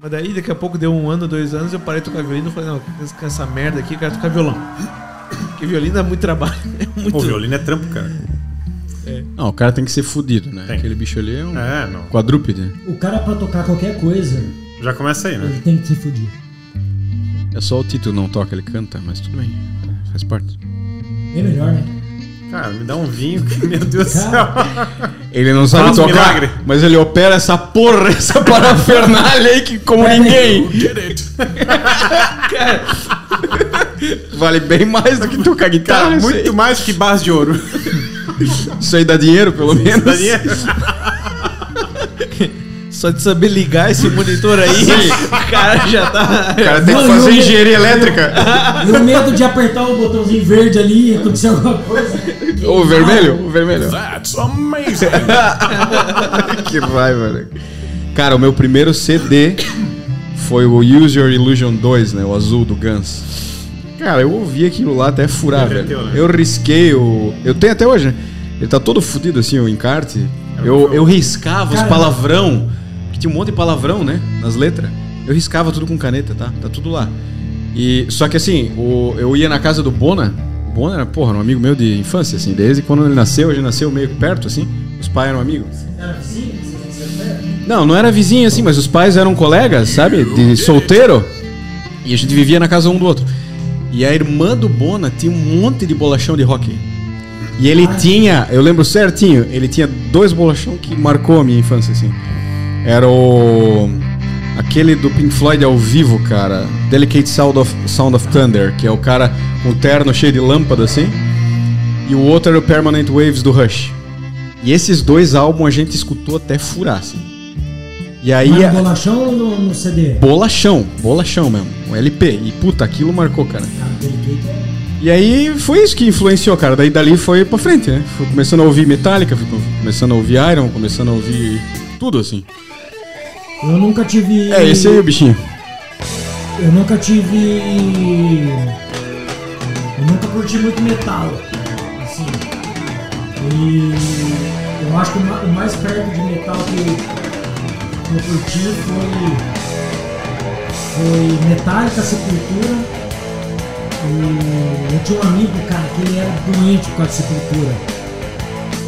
[SPEAKER 4] Mas daí daqui a pouco deu um ano, dois anos, eu parei de tocar violino e falei, não, com essa merda aqui, eu quero tocar violão. [COUGHS] Porque violino é muito trabalho. É muito
[SPEAKER 3] Pô, violino é trampo, cara.
[SPEAKER 7] Não, o cara tem que ser fudido, né?
[SPEAKER 3] Tem.
[SPEAKER 7] Aquele bicho ali é um
[SPEAKER 3] É, não.
[SPEAKER 7] quadrúpede. né?
[SPEAKER 5] O cara pra tocar qualquer coisa,
[SPEAKER 3] Já começa aí, né?
[SPEAKER 5] ele tem que se fudir.
[SPEAKER 7] É só o título não toca, ele canta, mas tudo bem. Faz é, parte.
[SPEAKER 5] Bem melhor, né?
[SPEAKER 3] Cara, me dá um vinho, que, [LAUGHS] meu Deus do céu.
[SPEAKER 7] [LAUGHS]
[SPEAKER 5] Cara.
[SPEAKER 7] Ele não sabe
[SPEAKER 3] Faz um
[SPEAKER 7] tocar,
[SPEAKER 3] milagre.
[SPEAKER 7] mas ele opera essa porra, [LAUGHS] essa parafernália aí que como ninguém. [LAUGHS] Vale bem mais do que tocar guitarra.
[SPEAKER 3] Cara,
[SPEAKER 7] isso
[SPEAKER 3] Tá muito mais que barras de ouro.
[SPEAKER 7] aí. Isso aí dá dinheiro, pelo menos.
[SPEAKER 3] Dá dinheiro?
[SPEAKER 4] Só de saber ligar esse monitor aí, o cara já tá.
[SPEAKER 7] O cara tem que
[SPEAKER 5] Não,
[SPEAKER 7] fazer
[SPEAKER 5] eu-
[SPEAKER 7] engenharia elétrica.
[SPEAKER 3] [LAUGHS]
[SPEAKER 5] E o medo de apertar o botãozinho verde ali e acontecer alguma coisa.
[SPEAKER 7] Ou o vermelho? O vermelho.
[SPEAKER 8] That's amazing.
[SPEAKER 7] [LAUGHS] que vai, velho. Cara, o meu primeiro CD foi o Use Your Illusion 2, né? O azul do Guns. Cara, eu ouvi aquilo lá até furar,
[SPEAKER 3] Derreteu,
[SPEAKER 7] velho.
[SPEAKER 3] né?
[SPEAKER 7] Eu risquei o. Eu tenho até hoje, né? Ele tá todo fudido assim, o encarte. Eu, eu riscava os
[SPEAKER 5] Cara.
[SPEAKER 7] palavrão. Que tinha um monte de palavrão, né? Nas letras. Eu riscava tudo com caneta, tá? Tá tudo lá. E, só que assim, o- eu ia na casa do Bona. O Bona era, porra, um amigo meu de infância, assim. Desde quando ele nasceu, ele nasceu meio que perto, assim. Os pais eram amigos.
[SPEAKER 5] Era assim? Você você-
[SPEAKER 7] Não, não era vizinho assim, mas os pais eram colegas, sabe? De solteiro. E a gente vivia na casa um do outro. E a irmã do Bona tinha um monte de bolachão de rock. E ele tinha, eu lembro certinho, ele tinha dois bolachão que marcou a minha infância, assim. Era o. Aquele do Pink Floyd ao vivo, cara. Delicate Sound of, Sound of Thunder, que é o cara com um terno cheio de lâmpada, assim. E o outro era o Permanent Waves do Rush. E esses dois álbuns a gente escutou até furar, assim. E aí.
[SPEAKER 5] Mas
[SPEAKER 7] a-
[SPEAKER 5] no bolachão ou no, no CD?
[SPEAKER 7] Bolachão, bolachão mesmo, um LP. E puta, aquilo marcou, cara.
[SPEAKER 5] Cara, delicate é-
[SPEAKER 7] E aí foi isso que influenciou, cara. Daí dali foi pra frente, né? Fui começando a ouvir Metallica, fui começando a ouvir Iron, começando a ouvir tudo assim.
[SPEAKER 5] Eu nunca tive.
[SPEAKER 7] É, esse aí o bichinho.
[SPEAKER 5] Eu nunca tive. Eu nunca curti muito metal. Assim. E eu acho que o ma- o mais perto de metal que que eu curti foi. Foi Metallica, Sepultura. E eu tinha um amigo, cara, que ele era doente por causa de Sepultura.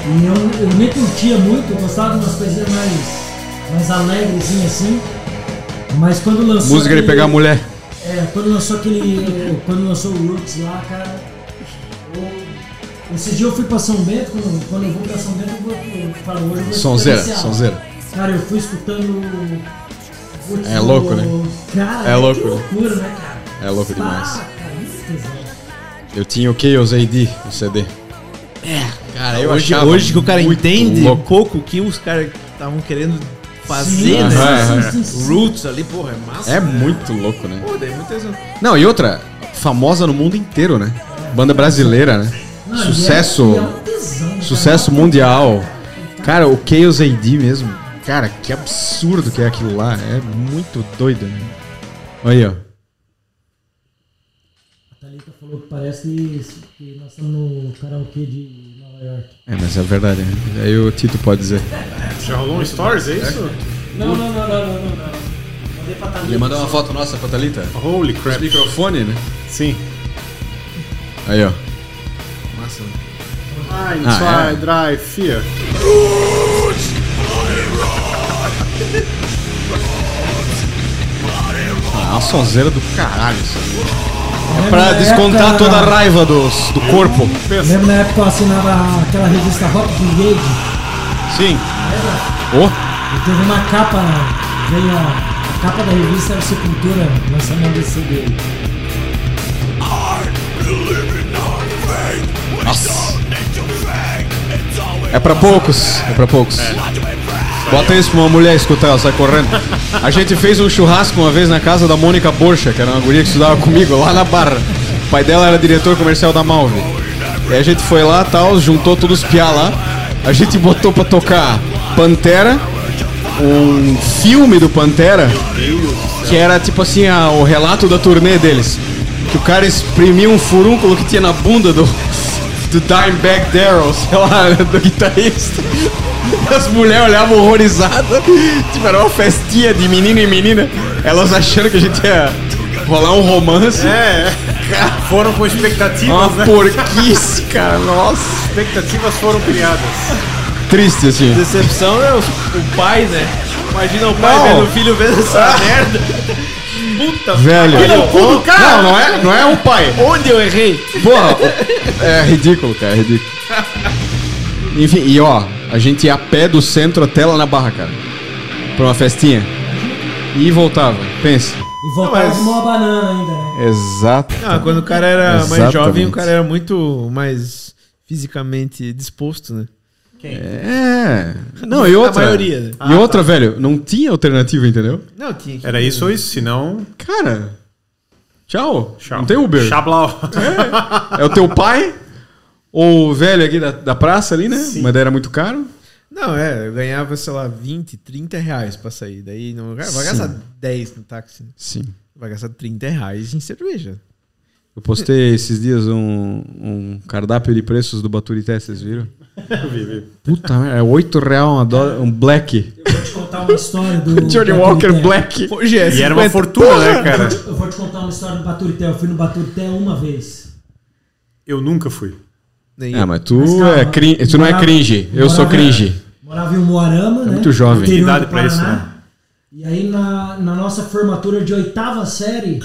[SPEAKER 5] E eu, eu nem curtia muito, eu gostava de umas coisinhas mais. mais alegrezinhas assim. Mas quando lançou.
[SPEAKER 7] Música de
[SPEAKER 5] aquele-
[SPEAKER 7] pegar a mulher.
[SPEAKER 5] é, quando lançou aquele. Quando lançou o Roots lá, cara. eu- Esse dia eu fui pra São Bento, quando, quando eu vou pra São Bento, eu, vou, eu falo, hoje eu vou escutar
[SPEAKER 7] Sonzeira,
[SPEAKER 5] esse álbum.
[SPEAKER 7] sonzeira.
[SPEAKER 5] Cara, eu fui escutando. Putz,
[SPEAKER 7] É louco, né?
[SPEAKER 5] o- Cara,
[SPEAKER 7] É louco,
[SPEAKER 5] Que
[SPEAKER 7] né?
[SPEAKER 5] loucura, né, cara?
[SPEAKER 7] É louco demais.
[SPEAKER 5] Ah, cara, isso que é
[SPEAKER 7] Eu tinha o Chaos AD, o CD.
[SPEAKER 4] Cara,
[SPEAKER 7] eu
[SPEAKER 4] hoje,
[SPEAKER 7] achava
[SPEAKER 4] hoje que o cara
[SPEAKER 7] muito
[SPEAKER 4] entende
[SPEAKER 7] louco.
[SPEAKER 4] um pouco o que os caras estavam querendo fazer,
[SPEAKER 5] Sim,
[SPEAKER 4] né?
[SPEAKER 7] Aham,
[SPEAKER 5] sim, sim, sim.
[SPEAKER 4] Roots ali, porra, é massa. é
[SPEAKER 7] É
[SPEAKER 4] né?
[SPEAKER 7] muito louco, né?
[SPEAKER 4] Pô, daí muitas
[SPEAKER 7] Não, e outra, famosa no mundo inteiro, né? Banda brasileira, né?
[SPEAKER 5] Não, e é-
[SPEAKER 7] Sucesso.
[SPEAKER 5] e é um tesão, cara.
[SPEAKER 7] Sucesso mundial. Cara, o Chaos AD mesmo. Cara, que absurdo que é aquilo lá. É muito doido, né? Aí, ó.
[SPEAKER 5] A Thalita falou que parece que, que nós estamos no karaokê de Nova York.
[SPEAKER 7] É, mas é verdade, né? Aí o Tito pode dizer.
[SPEAKER 3] Já rolou um stories, é isso?
[SPEAKER 5] Não, não, não, não, não, não. não. Mandei pra Thalita.
[SPEAKER 7] Ele mandou uma foto nossa pra Thalita.
[SPEAKER 3] Holy crap.
[SPEAKER 7] Microfone, né?
[SPEAKER 3] Sim.
[SPEAKER 7] Aí, ó.
[SPEAKER 4] massa.
[SPEAKER 3] Mind,
[SPEAKER 7] Ah,
[SPEAKER 3] try, dry, fear.
[SPEAKER 7] Ah, uma sonzeira do caralho isso aí.
[SPEAKER 5] Lembra
[SPEAKER 7] É Pra
[SPEAKER 5] na
[SPEAKER 7] descontar
[SPEAKER 5] época-
[SPEAKER 7] toda a raiva dos, do corpo.
[SPEAKER 5] Lembra na época que eu assinava aquela revista Rock Brigade?
[SPEAKER 7] Sim. Oh,
[SPEAKER 5] E teve uma capa, veio a, a capa da revista era Sepultura, lançamento desse CD.
[SPEAKER 7] é pra poucos. É pra poucos. Bota isso pra uma mulher escutar, ela sai correndo. A gente fez um churrasco uma vez na casa da Mônica Borcha, que era uma guria que estudava comigo, lá na Barra. O pai dela era diretor comercial da Malve. E a gente foi lá tal, juntou todos os piá lá. A gente botou pra tocar Pantera, um filme do Pantera, que era tipo assim a- o relato da turnê deles. Que o cara exprimiu um furúnculo que tinha na bunda do, do Dimebag Daryl, sei lá, do guitarrista. As mulheres olhavam horrorizadas. Tipo, era uma festinha de menino e menina. Elas achando que a gente ia rolar um romance.
[SPEAKER 3] É, foram com expectativas,
[SPEAKER 7] Uma
[SPEAKER 4] né?
[SPEAKER 7] porquice, cara, nossa.
[SPEAKER 3] Expectativas foram criadas.
[SPEAKER 7] Triste, assim.
[SPEAKER 4] Decepção é o, o pai, né? Imagina o pai
[SPEAKER 7] Não. Ah,
[SPEAKER 4] vendo o filho vendo essa merda. Puta
[SPEAKER 7] Velho.
[SPEAKER 4] Aquele é o cu do cara?
[SPEAKER 7] Não, não é, não é o pai.
[SPEAKER 4] Onde eu errei?
[SPEAKER 7] Porra, é ridículo, cara, é ridículo. Enfim, e ó, a gente ia a pé do centro até lá na barra, cara. Pra uma festinha. E voltava, pensa.
[SPEAKER 5] E voltava
[SPEAKER 4] mas-
[SPEAKER 5] com uma banana ainda, né?
[SPEAKER 7] Exato.
[SPEAKER 4] Não, Ah, quando o cara era mais
[SPEAKER 7] Exatamente.
[SPEAKER 4] jovem, o cara era muito mais fisicamente disposto, né?
[SPEAKER 7] É. Não, e
[SPEAKER 4] A
[SPEAKER 7] outra.
[SPEAKER 4] maioria, né?
[SPEAKER 7] E outra, velho, não tinha alternativa, entendeu?
[SPEAKER 4] Não, tinha que...
[SPEAKER 3] Era isso ou isso, senão.
[SPEAKER 7] Cara. Tchau.
[SPEAKER 3] Tchau.
[SPEAKER 7] Não tem Uber.
[SPEAKER 3] Chablau.
[SPEAKER 7] É o teu pai? Ou o velho aqui da, da praça ali, né? Mas daí era muito caro.
[SPEAKER 4] Não, é, eu ganhava, sei lá, 20, 30 reais pra sair. Daí não vai
[SPEAKER 7] Sim.
[SPEAKER 4] gastar 10 no táxi. né?
[SPEAKER 7] Sim.
[SPEAKER 4] Vai gastar 30 reais em cerveja.
[SPEAKER 7] Eu postei esses dias um, um cardápio de preços do Baturité, vocês viram? Puta merda, é 8 real uma dó- um black.
[SPEAKER 5] Eu vou te contar uma história do.
[SPEAKER 7] [LAUGHS] Johnny
[SPEAKER 5] do
[SPEAKER 7] Walker
[SPEAKER 5] Baturité.
[SPEAKER 7] Black.
[SPEAKER 4] Hoje é
[SPEAKER 3] E era uma
[SPEAKER 4] 50.
[SPEAKER 3] fortuna, né, cara?
[SPEAKER 5] Eu vou te contar uma história do Baturité. Eu fui no Baturité uma vez.
[SPEAKER 3] Eu nunca fui.
[SPEAKER 4] Nem
[SPEAKER 7] Ah, mas tu,
[SPEAKER 5] Mas, cara,
[SPEAKER 7] é crin- tu não é
[SPEAKER 5] morava-
[SPEAKER 7] cringe, eu sou
[SPEAKER 5] morava-
[SPEAKER 7] cringe. É
[SPEAKER 5] Morava em Moarama, né?
[SPEAKER 7] muito jovem.
[SPEAKER 5] Interior
[SPEAKER 3] Idade
[SPEAKER 5] do
[SPEAKER 3] pra isso,
[SPEAKER 5] Paraná.
[SPEAKER 3] né?
[SPEAKER 5] E aí na, na nossa formatura de oitava série,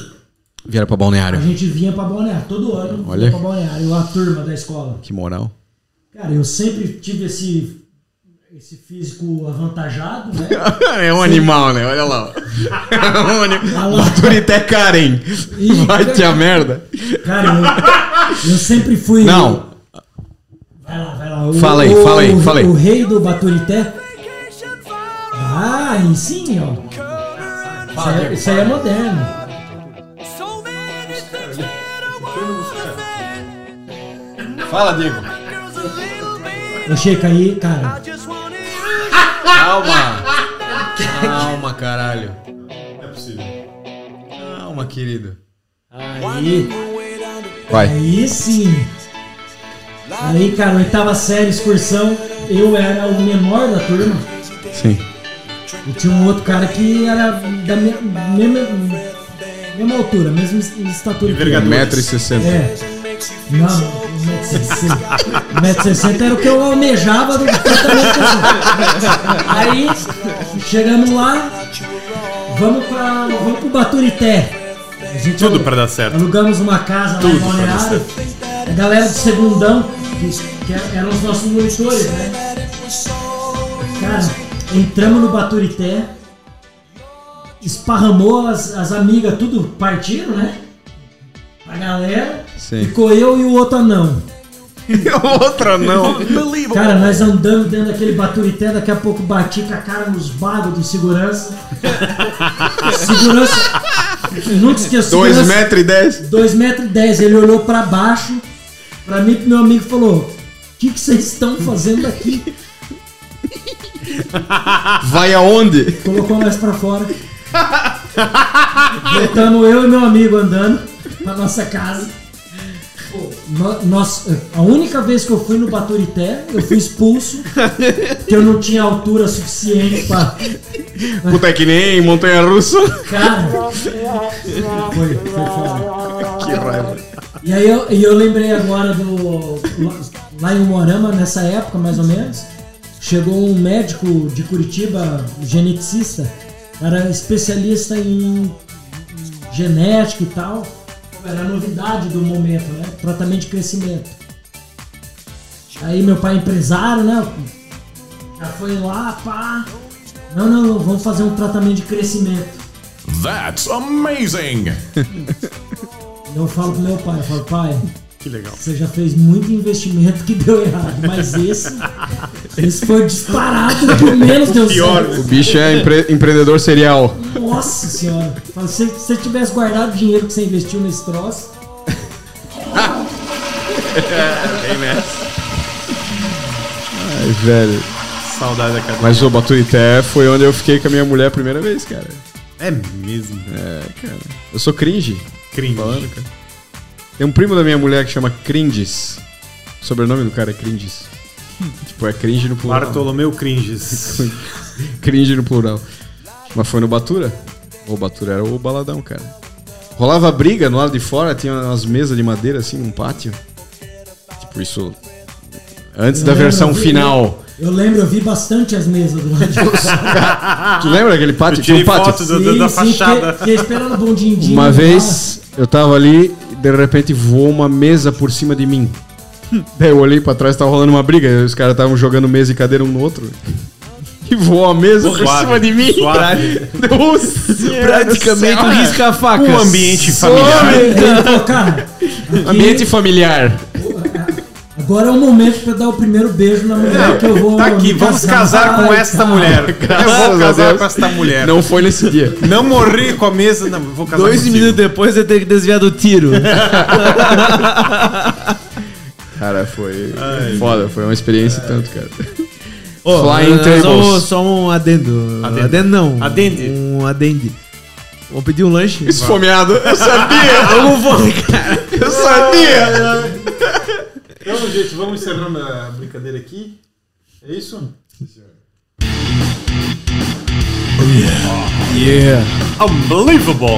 [SPEAKER 7] Vieram pra
[SPEAKER 5] a
[SPEAKER 7] balneário.
[SPEAKER 5] gente vinha pra Balneário. Todo ano vinha
[SPEAKER 7] Olha.
[SPEAKER 5] pra Balneário, a turma da escola.
[SPEAKER 7] Que moral.
[SPEAKER 5] Cara, eu sempre tive esse, esse físico avantajado, né?
[SPEAKER 7] [LAUGHS] [LAUGHS] é um animal, né? Olha [LAUGHS] lá. É um
[SPEAKER 5] Ah,
[SPEAKER 7] animal.
[SPEAKER 5] lá.
[SPEAKER 7] Baturité Karen.
[SPEAKER 5] Ih,
[SPEAKER 7] Vai te a merda.
[SPEAKER 5] Cara, eu, eu sempre fui.
[SPEAKER 7] Não,
[SPEAKER 5] Vai lá, vai lá. O-
[SPEAKER 7] Fala aí,
[SPEAKER 5] o-
[SPEAKER 7] fala aí, fala aí.
[SPEAKER 5] O rei do Baturité. Ah, e sim, ó. Isso aí, isso aí é moderno.
[SPEAKER 7] Fala, Diego.
[SPEAKER 5] Eu chego aí, cara.
[SPEAKER 7] Calma. Calma, caralho.
[SPEAKER 3] É possível.
[SPEAKER 7] Calma, querido.
[SPEAKER 5] Aí,
[SPEAKER 7] Vai.
[SPEAKER 5] aí sim. Aí, cara, oitava série, excursão. Eu era o menor da turma.
[SPEAKER 7] Sim.
[SPEAKER 5] E tinha um outro cara que era da me- mesma, mesma altura, mesma es- estatura. que eu.
[SPEAKER 3] Envergadura.
[SPEAKER 7] 1,60m.
[SPEAKER 5] É. Não, 1,60m. 1,60m era o que eu almejava do tratamento. que eu sou. Aí, chegamos lá, vamos, pra, vamos pro Baturité. A gente
[SPEAKER 3] Tudo
[SPEAKER 5] alu-
[SPEAKER 3] pra dar certo.
[SPEAKER 5] Alugamos uma casa
[SPEAKER 3] Tudo
[SPEAKER 5] lá
[SPEAKER 3] pra
[SPEAKER 5] em
[SPEAKER 3] dar
[SPEAKER 5] Balneário. A galera do segundão, que, que eram os nossos monitores, né? Cara, entramos no Baturité, esparramou as, as amigas, tudo partiram, né? A galera.
[SPEAKER 7] Sim.
[SPEAKER 5] Ficou eu e o outro anão.
[SPEAKER 7] [LAUGHS] Outra não.
[SPEAKER 5] Cara, nós andando dentro daquele baturité, daqui a pouco bati com a cara nos bagos do
[SPEAKER 3] [LAUGHS]
[SPEAKER 5] segurança. segurança. Eu nunca esqueço.
[SPEAKER 7] 2
[SPEAKER 5] segurança-
[SPEAKER 7] metros e 10.
[SPEAKER 5] 2 metros e 10. Ele olhou pra baixo, pra mim e pro meu amigo e falou: O que que vocês estão fazendo aqui?
[SPEAKER 7] Vai aonde?
[SPEAKER 5] Colocou nós pra fora. Voltamos eu e meu amigo andando pra nossa casa. Pô, no- nós- a única vez que eu fui no Baturité, eu fui expulso, que eu não tinha altura suficiente pra.
[SPEAKER 7] Puta, é que nem montanha russa.
[SPEAKER 5] Cara! Foi, foi foda.
[SPEAKER 7] [LAUGHS] Que raiva.
[SPEAKER 5] E aí eu, e eu lembrei agora do. Lá em Morama, nessa época mais ou menos, chegou um médico de Curitiba, geneticista, era especialista em genética e tal. Era a novidade do momento, né? Tratamento de crescimento. Aí meu pai é empresário, né? Já foi lá, pá. Não, não, não, vamos fazer um tratamento de crescimento.
[SPEAKER 8] That's amazing.
[SPEAKER 5] E eu falo pro meu pai, eu falo, pai,
[SPEAKER 3] Que legal.
[SPEAKER 5] Você já fez muito investimento que deu errado, mas esse,
[SPEAKER 3] [LAUGHS]
[SPEAKER 5] esse foi disparado que menos deu certo.
[SPEAKER 7] O bicho é empre- empreendedor serial.
[SPEAKER 3] né?
[SPEAKER 5] Nossa senhora. Fala, Se se você tivesse guardado o dinheiro que você investiu nesse troço.
[SPEAKER 7] Ai, velho.
[SPEAKER 3] Saudade da casa.
[SPEAKER 7] Mas o Baturité foi onde eu fiquei com a minha mulher a primeira vez, cara. É,
[SPEAKER 3] É mesmo.
[SPEAKER 7] Eu sou cringe.
[SPEAKER 3] Cringe.
[SPEAKER 7] Falando, cara. Tem um primo da minha mulher que chama Cringes. O sobrenome do cara é Cringes. tipo, é cringe no plural.
[SPEAKER 3] Bartolomeu Cringes.
[SPEAKER 7] Cringe no plural. Mas foi no Batura. O Batura era o baladão, cara. Rolava briga no lado de fora, tinha umas mesas de madeira assim, num pátio. Tipo, isso. Antes da
[SPEAKER 5] lembro,
[SPEAKER 7] versão
[SPEAKER 5] eu vi,
[SPEAKER 7] final.
[SPEAKER 5] Eu lembro, eu vi bastante as
[SPEAKER 3] [LAUGHS]
[SPEAKER 5] mesas durante
[SPEAKER 7] Tu lembra aquele pátio?
[SPEAKER 3] Eu tirei assim, né?
[SPEAKER 7] Tinha um pátio.
[SPEAKER 3] foto do- do- da fachada.
[SPEAKER 5] assim, Fiquei, fiquei esperando o bondinho.
[SPEAKER 7] Uma vez eu tava ali e de repente voou uma mesa por cima de mim. Daí eu olhei pra trás, tava rolando uma briga. e Os caras estavam jogando mesa e cadeira um no outro. [LAUGHS] E voou a mesa por
[SPEAKER 3] Suave,
[SPEAKER 7] cima de mim.
[SPEAKER 3] Suave.
[SPEAKER 7] Nossa,
[SPEAKER 4] Praticamente um risca-facas.
[SPEAKER 3] Um ambiente familiar. [LAUGHS]
[SPEAKER 5] Cara, aqui-
[SPEAKER 7] Ambiente familiar.
[SPEAKER 5] agora é o momento pra eu dar o primeiro beijo na mulher que eu vou.
[SPEAKER 3] Tá aqui,
[SPEAKER 5] me
[SPEAKER 3] vamos casar com
[SPEAKER 5] Ai,
[SPEAKER 3] esta
[SPEAKER 5] cara.
[SPEAKER 3] mulher.
[SPEAKER 7] Graças
[SPEAKER 3] Eu vou
[SPEAKER 7] a
[SPEAKER 3] casar
[SPEAKER 7] Deus.
[SPEAKER 3] com esta mulher. Não,
[SPEAKER 7] Não foi nesse dia.
[SPEAKER 3] morri com a mesa. Não, vou casar
[SPEAKER 4] Dois
[SPEAKER 3] contigo.
[SPEAKER 4] minutos depois eu tenho que desviar do [LAUGHS] tiro.
[SPEAKER 7] Cara, foi foda. Foi uma experiência
[SPEAKER 4] É.
[SPEAKER 7] e tanto, cara.
[SPEAKER 4] Ô,
[SPEAKER 7] Flying
[SPEAKER 4] nós vamos-
[SPEAKER 7] tables.
[SPEAKER 4] Só um adendo.
[SPEAKER 3] Adendo.
[SPEAKER 4] Adendo, não.
[SPEAKER 3] Adende.
[SPEAKER 4] Um adende. Vou pedir um [LAUGHS] lanche.
[SPEAKER 7] Esfomeado. Eu sabia.
[SPEAKER 4] [LAUGHS] Eu não vou, cara.
[SPEAKER 7] Eu sabia.
[SPEAKER 3] Então, gente, vamos encerrando a brincadeira aqui. É isso?
[SPEAKER 7] Yeah.
[SPEAKER 3] Unbelievable!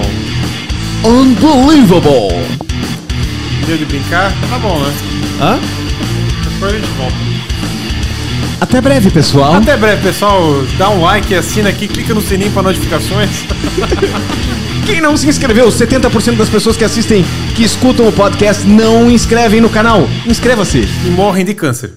[SPEAKER 7] Unbelievable.
[SPEAKER 3] Deu de brincar? Tá bom, né?
[SPEAKER 4] Hã?
[SPEAKER 3] Depois a gente volta.
[SPEAKER 7] Até breve, pessoal.
[SPEAKER 3] Até breve, pessoal. Dá um like, assina aqui, clica no sininho para notificações. [LAUGHS]
[SPEAKER 7] Quem não se inscreveu, 70% das pessoas que assistem, que escutam o podcast, não inscrevem no canal. Inscreva-se.
[SPEAKER 3] E morrem de câncer.